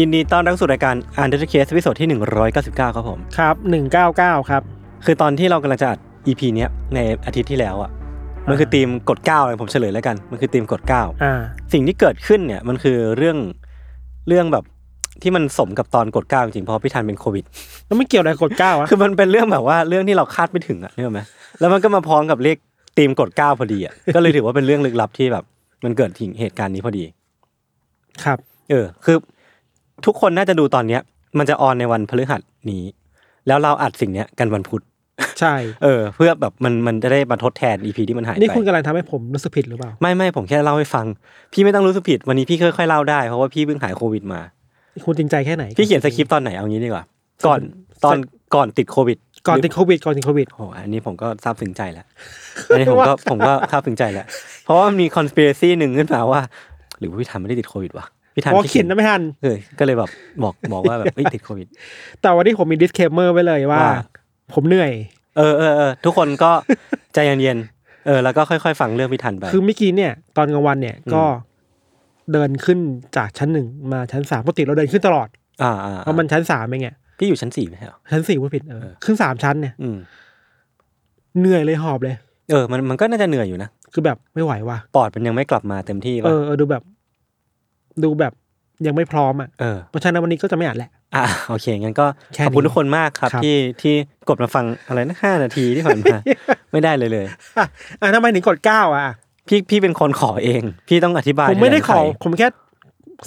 ยินดีต้อนรับสู่รายการ Untitled Case ตอนที่ 199 ครับผม ครับ 199 ครับ คือตอนที่เรากำลังจะอัด EP เนี้ยในอาทิตย์ที่แล้วอ่ะ มันคือธีมกด9เลยผมเฉลยแล้วกัน มันคือธีมกด9 อ่า สิ่งที่เกิดขึ้นเนี่ยมันคือเรื่องเรื่องแบบที่มันสมกับตอนกดเก้าจริงๆเพราะพี่ทันเป็นโควิด แล้วไม่เกี่ยวอะไรกับกดเก้าอะ คือมันเป็นเรื่องแบบว่าเรื่องที่เราคาดไม่ถึงอะนึกออกไหมแล้วมันก็มาพร้อมกับเลขตีมกดเก้าพอดี อะ ก็เลยถือว่าเป็นเรื่องลึกลับที่แบบ มันเกิดถึงเหตุการณ์นี้พอดี ครับ เออ คือทุกคนน่าจะดูตอนเนี้ย มันจะออนในวันพฤหัสนี้ แล้วเราอัดสิ่งเนี้ยกันวันพุธ ใช่ เออ เพื่อแบบมันมันจะได้มาทดแทนอีพีที่มันหายไป นี่คุณกำลังทำให้ผมรู้สึกผิดหรือเปล่า ไม่ไม่ผมแค่เล่าให้ฟัง พี่ไม่ต้องรู้สึกผิดวันนี้พี่ค่อยๆเล่าได้เพราะว่าพี่เพิ่งหายโควิดมา คุณจริงใจแค่ไหน พี่เขียนสคริปต์ตอนไหนเอางี้ดีกว่า ก่อนตอนก่อนติดโควิด ก่อนติดโควิด ก่อนติดโควิด โอ้โหอันนี้ผมก็ซาบถึงใจแล้ว อันนี้ผมก็ ผมก็ซาบถึงใจแล้ว เพราะว่ามีคอน spiracy หนึ่งขึ้นมาว่า หรือว่าพี่ธันไม่ได้ติดโควิดวะพี่ธัน พอเขียนนะไม่ทัน เออก็เลยแบบบอกบอกว่าแบบเอ้ยติดโควิด แต่วันนี้ผมมี disclaimer ไว้เลยว่า ว่า ผมเหนื่อย เออเออเออทุกคนก็ใจเย็นๆเออแล้วก็ค่อยๆ ฟังเรื่องพี่ธันไป คือเมื่อกี้เนี่ย ตอนกลางวันเนี่ยก็เดินขึ้นจากชั้นหนึ่งมาชั้นสามปกติเราเดินขึ้นตลอด อ่าอ่า เพราะมันชั้นสามเองไง พี่อยู่ชั้นสี่ไหมใช่เหรอ ชั้นสี่พูดผิดเออ เออ ขึ้นสามชั้นเนี่ย อืม เหนื่อยเลยหอบเลย เออมันมันก็น่าจะเหนื่อยอยู่นะ คือแบบไม่ไหวว่ะ ปอดมันยังไม่กลับมาเต็มที่ เอ ป่ะ อเออดูแบบ ดูแบบยังไม่พร้อมอ่ะ เออ เพราะฉะนั้นวันนี้ก็จะไม่อัดแหละ อ่าโอเคงั้นก็ แค่ ขอบคุณ นี้ ทุกคนมากครับ ครับ ที่ที่กดมาฟังอะไรนะห้านาทีที่ผ่าน มา ไม่ได้เลยเลย อ่ะอ่ะทำไมถึงกดเก้าอ่ะ พี่พี่เป็นคนขอเอง พี่ต้องอธิบาย ผมไม่ได้ขอ แถลงข่ ผมแค่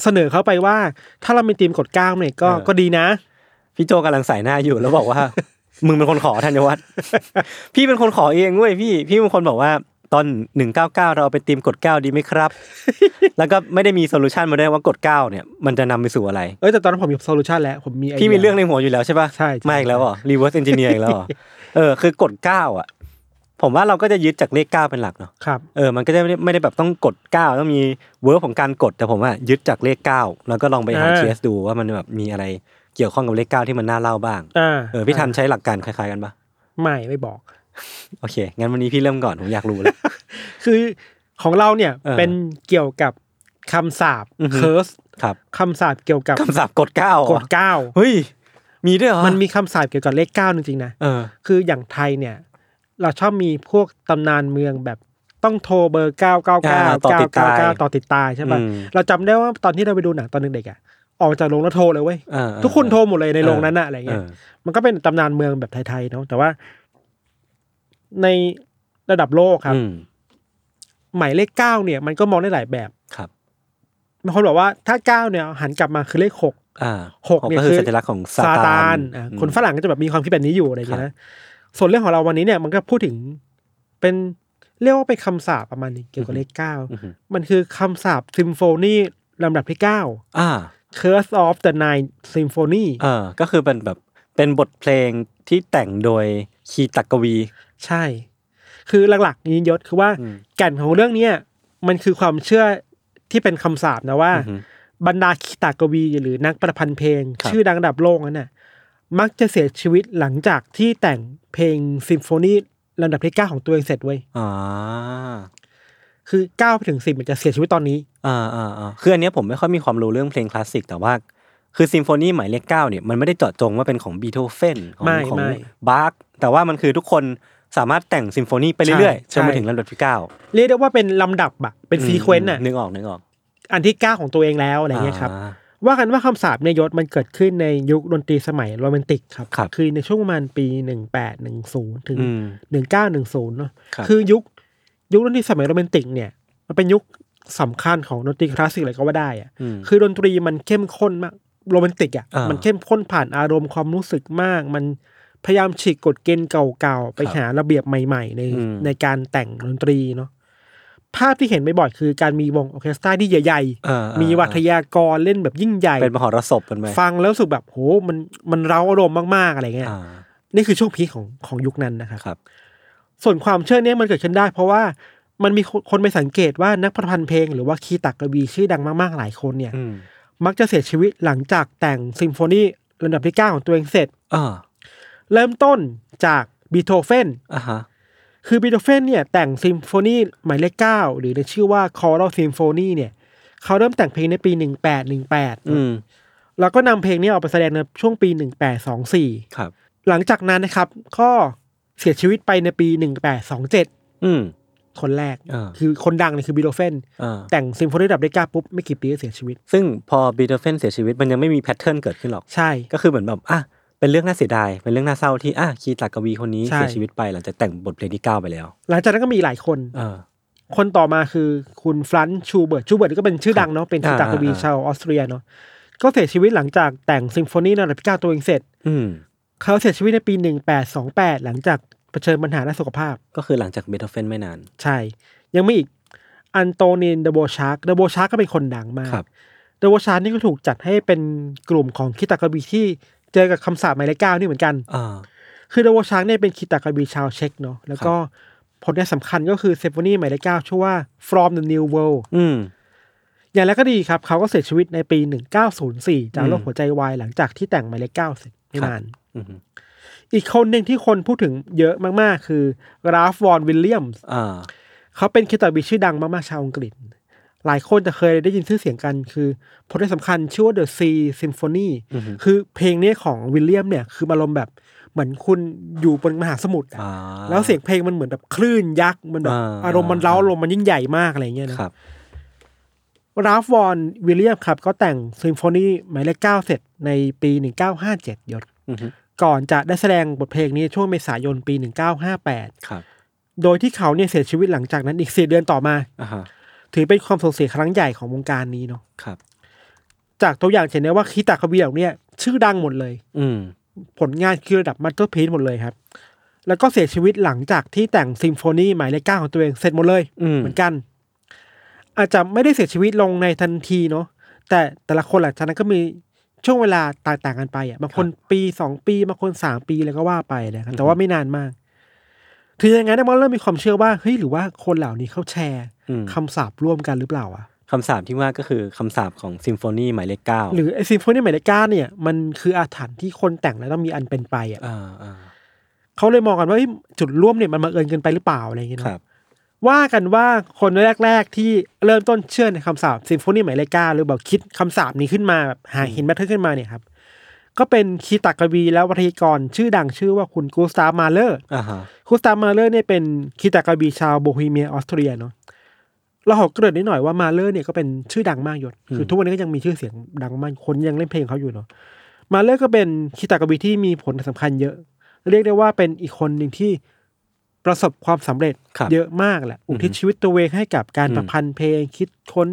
เสนอเขาไปว่า ถ้าเรามีทีมกดเก้าเนี่ยก็ เออ ก็ดีนะ พี่โจกำลังใส่หน้าอยู่แล้วบอกว่า มึงเป็นคนขอธัญวัฒน์ พี่เป็นคนขอเองเว้ยพี่พี่เป็นคนบอกว่าตอนหนึ่งเก้าเก้าเราเอาไปตีมกดเก้าดีไหมครับ แล้วก็ไม่ได้มีโซลูชันมาด้วยว่ากดเก้าเนี่ยมันจะนำไปสู่อะไร เอ้ยแต่ตอนนั้นผมมีโซลูชันแล้ว ผมมีไดีย พี่มีเรื่องในหัวอยู่แล้วใช่ปะ ใช่ใช่ มาอีกแล้วเหรอรีเวิร์สเอนจิเนียร์อีกแล้วเหรอ เออคือกดเก้าอ่ะ ผมว่าเราก็จะยึดจากเลขเก้าเป็นหลักเนาะ ครับ เออ มันก็จะไม่ได้ไม่ได้แบบต้องกดเก้าต้องมีเวิร์กของการกด แต่ผมว่ายึดจากเลขเก้าแล้วก็ลองไปหา อ่า เคสดูว่ามันแบบมีอะไรเกี่ยวข้องกับเลขเก้าที่มันน่าเล่าบ้าง อ่า เออ พี่ทันใช้หลักการคล้ายๆกันปะ ไม่ไม่บอก โอเค งั้นวันนี้พี่เริ่มก่อน ผมอยากรู้ แล้ว คือของเราเนี่ย เออ เป็นเกี่ยวกับคำสาบ อือฮึ เคิร์ส ครับ คำสาบเกี่ยวกับ คำศัพท์กดเก้าก ดเก้า เฮ้ย มีด้วยเหรอ มันมีคำสาบเกี่ยวกับเลขเก้าจริงๆนะ เออ คืออย่างไทยเนี่ย เราชอบมีพวกตำนานเมืองแบบต้องโทรเบอร์ 999 ต่อติดตาย 999 ต่อติดตายใช่ป่ะ อืม เราจำได้ว่าตอนที่เราไปดูหนังตอนเด็กๆอ่ะออกจากโรงแล้วโทรเลยเว้ย เออเออ ทุกคนโทรหมดเลยในโรงนั้นอะอะไร เอ เงี้ย อ มันก็เป็นตำนานเมืองแบบไทยๆเนาะแต่ว่า ในระดับโลกครับ อืม หมายเลข 9 เนี่ย มันก็มองได้หลายแบบ ครับ บางคนบอกว่าถ้า 9 เนี่ย หันกลับมาคือเลข 6 อ่า หกเนี่ย ก็คือ คือ สัญลักษณ์ของซา ซา ตา ตาน น อ่ะ อืม คนฝรั่งก็จะแบบมีความคิดแบบนี้อยู่อะไรอย่างเงี้ย ครับ นะ ส่วนเรื่องของเราวันนี้เนี่ยมันก็พูดถึงเป็นเรียกว่าเป็นคำสาปประมาณนี้เกี่ยวกับเลขเก้า อือหือ มันคือคำสาปซิมโฟนีลำดับที่เก้า อ่า Curse of the Nine Symphony เออ ก็คือเป็นแบบเป็นบทเพลงที่แต่งโดยคีตักกวี ใช่ คือหลักๆยินยศคือว่า อืม แก่นของเรื่องเนี้ยมันคือความเชื่อที่เป็นคำสาปนะว่า อือหือ บรรดาขีตากวีหรือนักประพันธ์เพลง ครับ ชื่อดังระดับโลกนั้นน่ะมักจะเสียชีวิตหลังจากที่แต่งเพลงซิมโฟนีลำดับที่เก้าของตัวเองเสร็จเว้ย อ่า คือเก้าไปถึงสิบมันจะเสียชีวิตตอนนี้ อ่าอ่าอ่าคืออันเนี้ยผมไม่ค่อยมีความรู้เรื่องเพลงคลาสสิก แต่ว่า คือซิมโฟนีหมายเลขเก้าเนี่ยมันไม่ได้เจาะจงว่าเป็นของบีโธเฟนของ ไม่ ของ ไม่ บาร์กแต่ว่ามันคือทุกคนสามารถแต่งซิมโฟนีไปเรื่อยๆจ ใช่ นมาถึงลำดับที่เก้า เรียกได้ว่าเป็นลำดับอะเป็นซีเควนต์ อ่ะ อะ นึกออกนึกออก อันที่เก้าของตัวเองแล้วอะไรเงี้ยครับ า ว่ากันว่าคำสาปเนยยศมันเกิดขึ้นในยุคดนตรีสมัยโรแมนติกครับ ครับ อในช่วงประมาณปีหนึ่งแปดหนึ่งศูนย์ถึง อืม หนึ่งเก้าหนึ่งศูนย์เนาะ ครับ คือยุคยุคดนตรีสมัยโรแมนติกเนี่ย มันเป็นยุคสำคัญของดนตรีคลาสสิกเลยก็ว่าได้อะ อืม คือดนตรีมันเข้มข้นมากโรแมนติกอ่ะ อ่ามั มันเข้มข้นผ่านอารมณ์ความรู้สึกมาก มันพยายามฉีกกฎเกณฑ์เก่าๆ ไป ครับ หาระเบียบใหม่ๆ ใน อืม ในการแต่งดนตรีเนาะภาพที่เห็นบ่อยๆคือการมีวงออร์เคสตราที่ใหญ่ อ่า ๆ มีวัทยากรเล่นแบบยิ่งใหญ่ เป็นมหรสพกันไหม ฟังแล้วรู้สึกแบบโหมันมันเร้าอารมณ์มากๆอะไรเงี้ย อ่า นี่คือช่วงพีคของของยุคนั้นนะครับ ครับ ส่วนความเชื่อเนี่ยมันเกิดขึ้นได้ เพราะว่ามันมีคนคนไปสังเกตว่านักประพันธ์เพลง หรือว่าคีตักกวีชื่อดังมาก ๆ หลายคนเนี่ย อืม มักจะเสียชีวิตหลังจากแต่งซิมโฟนีลำดับที่ 9 ของตัวเองเสร็จ อ่า เริ่มต้นจากบีโธเฟน อ่าฮะ คือบีโธเฟนเนี่ยแต่งซิมโฟนีหมายเลข 9 หรือในชื่อว่าคอรัลซิมโฟนีเนี่ย เขาเริ่มแต่งเพลงในปี อืม 1818 แล้วก็นำเพลงเนี้ออกไปแสดงในช่วงปี 1824 ครับ หลังจากนั้นนะครับก็เสียชีวิตไปในปี 1827 อืม คนแรก อ่า คือคนดังเนี่ยคือบีโธเฟน อ่า แต่งซิมโฟนีระดับได้เก้าปุ๊บ ไม่กี่ปีก็เสียชีวิต ซึ่งพอบีเทเฟนเสียชีวิตมันยังไม่มีแพทเทิร์นเกิดขึ้นหรอก ใช่ ก็คือเหมือนแบบอ่ะเป็นเรื่องน่าเสียดาย เป็นเรื่องน่าเศร้าที่อ่ะคีตากวีคนนี้ ใช่ เสียชีวิตไปหลังจากแต่งบทเพลงที่เก้าไปแล้ว หลังจากนั้นก็มีหลายคน เออ คนต่อมาคือคุณฟรานซ์ชูเบิร์ตชูเบิร์ตก็เป็นชื่อดังเนาะเป็น อ่า คีตากวี อ่า ชาวออสเตรียเนาะก็เสียชีวิตหลังจากแต่งซิมโฟนีระดับที่เก้าตัวเองเสร็จ อืม เขาเสียชีวิตในปี 1828 หลังจากเผชิญปัญหาด้านสุขภาพ ก็คือหลังจากบีเทเฟนไม่นาน ใช่ ยังมีอีกอันโตนินเดโบชาร์กเดโบชาร์กก็เป็นคนดังมาก ครับ เดโบชาร์กนี่ก็ถูกจัดให้เป็นกลุ่มของคีตากวีที่เจอกับคำสาปหมายเลขเก้านี่เหมือนกัน อ่า คือเดโวชาร์กเนี่ยเป็นคีตากาบีชาวเช็กเนาะแล้วก็ผลงานสำคัญก็คือเซฟ o นีหมายเลขเก้าชื่อว่า From the New World อืม อย่างไรก็ดีครับ เขาก็เสียชีวิตในปี 1904 จากโรค อืม หัวใจวายหลังจากที่แต่งหมายเลขเก้าเสร็จไม่ ครับ นาน อืม อีกคนหนึ่งที่คนพูดถึงเยอะมาก ๆ คือราฟวอนวิลเลียมส์ อ่า เขาเป็นคีตากาบีชื่อดังมาก ๆ ชาวอังกฤษ หลายคนจะเคยได้ยินชื่อเสียงกัน คือผลงานสำคัญชื่อว่า The Sea Symphony อืม คือเพลงเนี้ของวิลเลียมเนี่ยคืออารมณ์แบบเหมือนคุณอยู่บนมหาสมุทรอะ อ่า แล้วเสียงเพลงมันเหมือนแบบคลื่นยักษ์ มันแบบ อ่า อารมณ์มันเร้าอารมณ์มันยิ่งใหญ่มากอะไรเงี้ยนะครับ ราฟวอนวิลเลียมครับ ก็แต่งซิมโฟนีหมายเลขเก้าเสร็จในปี 1957 ยศ อืม ก่อนจะได้แสดงบทเพลงนี้ช่วงเมษายนปี 1958 ครับ โดยที่เขาเนี่ยเสียชีวิตหลังจากนั้นอีก 4 เดือนต่อมา อ่าฮะ ถือเป็นความสูญเสียครั้งใหญ่ของวงการนี้เนาะ ครับ จากตัวอย่างจะเห็นได้ว่าคีตากะเบียวเนี่ยชื่อดังหมดเลย อืม ผลงานคือระดับมัตเตอร์พีซหมดเลยครับแล้วก็เสียชีวิตหลังจากที่แต่งซิมโฟนีหมายเลขเก้าของตัวเองเสร็จหมดเลย อืม เหมือนกัน อาจจะไม่ได้เสียชีวิตลงในทันทีเนาะแต่แต่ละคนหลังจากนั้นก็มีช่วงเวลาต่างๆกันไปอ่ะบางคนปีสองปีบางคนสามปีแล้วก็ว่าไปนะครับแต่ว่าไม่นานมากถึงอย่างนั้นเนี่ยมันเริ่มมีความเชื่อว่าเฮ้ยหรือว่าคนเหล่านี้เขาแชร์ อืม คำสาปร่วมกันหรือเปล่าอ่ะ คำสาปที่ว่าก็คือคำสาปของซิมโฟนีหมายเลขเก้า หรือไอซิมโฟนีหมายเลขเก้าเนี่ยมันคืออาถรรพ์ที่คนแต่งแล้วต้องมีอันเป็นไปอ่ะ อ่าอ่า เขาเลยมองกันว่าเฮ้ยจุดร่วมเนี่ยมันมาเอิญเกินไปหรือเปล่าอะไรอย่างเงี้ย ค เนาะ รับ ว่ากันว่าคนแรก ๆ ที่เริ่มต้นเชื่อในคำสาปซิมโฟนีหมายเลขเก้าหรือแบบคิดคำสาปนี้ขึ้นมาแบบหาเห็นแมทเทอร์ขึ้นมาเนี่ยครับ ก็เป็นคีตากวีและวัทยากรชื่อดังชื่อว่าคุณกูสตาฟมาเลอร์ อ่าฮะ กูสตาฟมาเลอร์เนี่ยเป็นคีตากวีชาวโบฮีเมียออสเตรียเนาะเราขอเกริ่นนิดหน่อยว่ามาเลอร์เนี่ยก็เป็นชื่อดังมากยศคือทุกวันนี้ก็ยังมีชื่อเสียงดังมากคนยังเล่นเพลงเขาอยู่เนาะมาเลอร์ก็เป็นคีตากวีที่มีผลสำคัญเยอะ เรียกได้ว่าเป็นอีกคนหนึ่งที่ประสบความสำเร็จ ครับ เยอะมากแหละอุทิศชีวิตตัวเองให้กับการ อืม ประพันธ์เพลงคิดค้น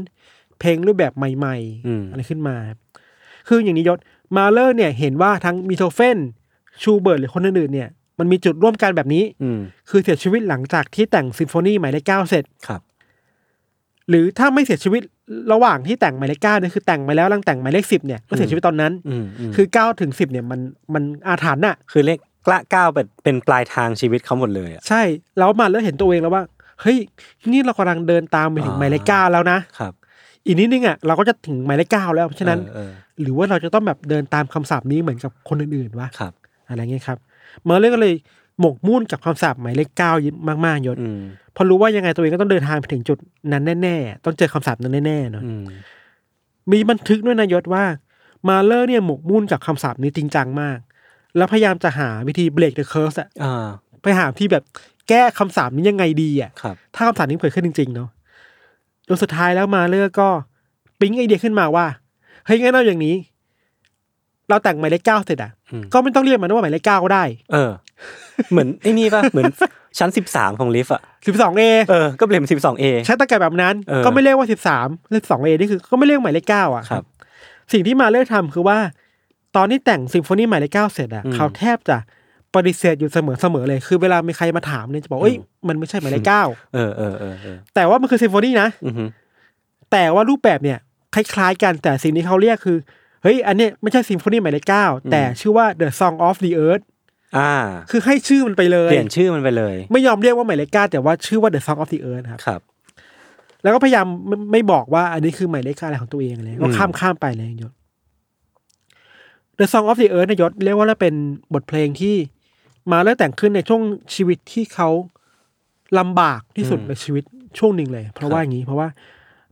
เพลงรูปแบบใหม่ อืม ๆอะไรขึ้นมา คืออย่างนี้ยศมาเลอร์เนี่ยเห็นว่าทั้งมิโทเฟนชูเบิร์ตหรือคนอื่นๆเนี่ยมันมีจุดร่วมกันแบบนี้ อืม คือเสียชีวิตหลังจากที่แต่งซิมโฟนีหมายเลขเก้าเสร็จ ครับ หรือถ้าไม่เสียชีวิตระหว่างที่แต่งหมายเลขเก้าเนี่ยคือแต่งมาแล้วหลังแต่งหมายเลขสิบเนี่ยก็เสียชีวิตตอนนั้น อืมอืม คือเก้าถึงสิบเนี่ยมันมันอาถรรพ์น่ะ คือเลขกละเก้าเป็นเป็นปลายทางชีวิตเขาหมดเลยอ่ะ ใช่แล้วมาเลอร์เห็นตัวเองแล้วว่าเฮ้ยนี่เรากำลังเดินตามไปถึงหมายเลขเก้าแล้วนะ ครับ อีกนิดนึงอ่ะเราก็จะถึงหมายเลขเก้าแล้วเพราะฉะนั้น เออเออ หรือว่าเราจะต้องแบบเดินตามคำสาปนี้เหมือนกับคนอื่นๆวะ ครับ อะไรเงี้ยครับเมอร์เลอร์ก็เลยหมกมุ่นกับคำสาปหมายเลขเก้ามากๆยศ อืม พอรู้ว่ายังไงตัวเองก็ต้องเดินทางไปถึงจุดนั้นแน่ๆต้องเจอคำสาปนั้นแน่ๆเนาะ อืม มีบันทึกด้วยนายศว่าเมาเลอร์เนี่ยหมกมุ่นกับคำสาปนี้จริงจังมาก แล้วพยายามจะหาวิธีเบรกเดอะเคิร์สอะ อ่า ไปหาที่แบบแก้คำสาปนี้ยังไงดีอะ ครับ ถ้าคำถามนี้เผยขึ้นจริงๆเนาะจนสุดท้ายแล้วมาเลอร์ก็ปิ๊งไอเดียขึ้นมาว่า เฮ้ยงั้นเอาอย่างนี้ เราแต่งหมายเลขเก้าเสร็จอ่ะ อืม ก็ไม่ต้องเรียกมันว่าหมายเลขเก้าก็ได้ เออ เหมือนไอ้ นี่ป่ะ เหมือนชั้นสิบสามของลิฟต์อ่ะ สิบสองเอ เออ ก็เปลี่ยนสิบสองเอ ใช้ตะแกรงแบบนั้น เออ ก็ไม่เรียกว่าสิบสามหรือสองเอนี่คือ ก็ไม่เรียกหมายเลขเก้าอ่ะ ครับ สิ่งที่มาเลอร์ทำคือว่า ตอนที่แต่งซิมโฟนีหมายเลขเก้าเสร็จอ่ะ อืม เขาแทบจะปฏิเสธอยู่เสมอเสมอๆเลย คือเวลามีใครมาถามเนี่ยจะบอกเอ้ย อืม มันไม่ใช่หมายเลขเก้า เออเออเออเออ แต่ว่ามันคือซิมโฟนีนะ อือหือ แต่ว่ารูปแบบเนี่ยคล้ายๆกันแต่สิ่งที่เขาเรียกคือ เฮ้ย อันเนี้ยไม่ใช่ซิมโฟนีหมายเลขเก้า อืม แต่ชื่อว่า The Song of the Earth อ่า คือให้ชื่อมันไปเลย เปลี่ยนชื่อมันไปเลย ไม่ยอมเรียกว่าหมายเลขเก้าแต่ว่าชื่อว่า The Song of the Earth ครับ ครับ แล้วก็พยายามไม่ไม่บอกว่าอันนี้คือหมายเลขเก้าอะไรของตัวเองอะไรก็ข้ามข้ามๆไปเลยยศ The Song of the Earth เนยยศเรียกว่าเป็นบทเพลงที่มาแล้วแต่งขึ้นในช่วงชีวิตที่เขาลำบากที่สุด อืม ในชีวิตช่วงหนึ่งเลย เพราะว่าอย่างนี้เพราะว่า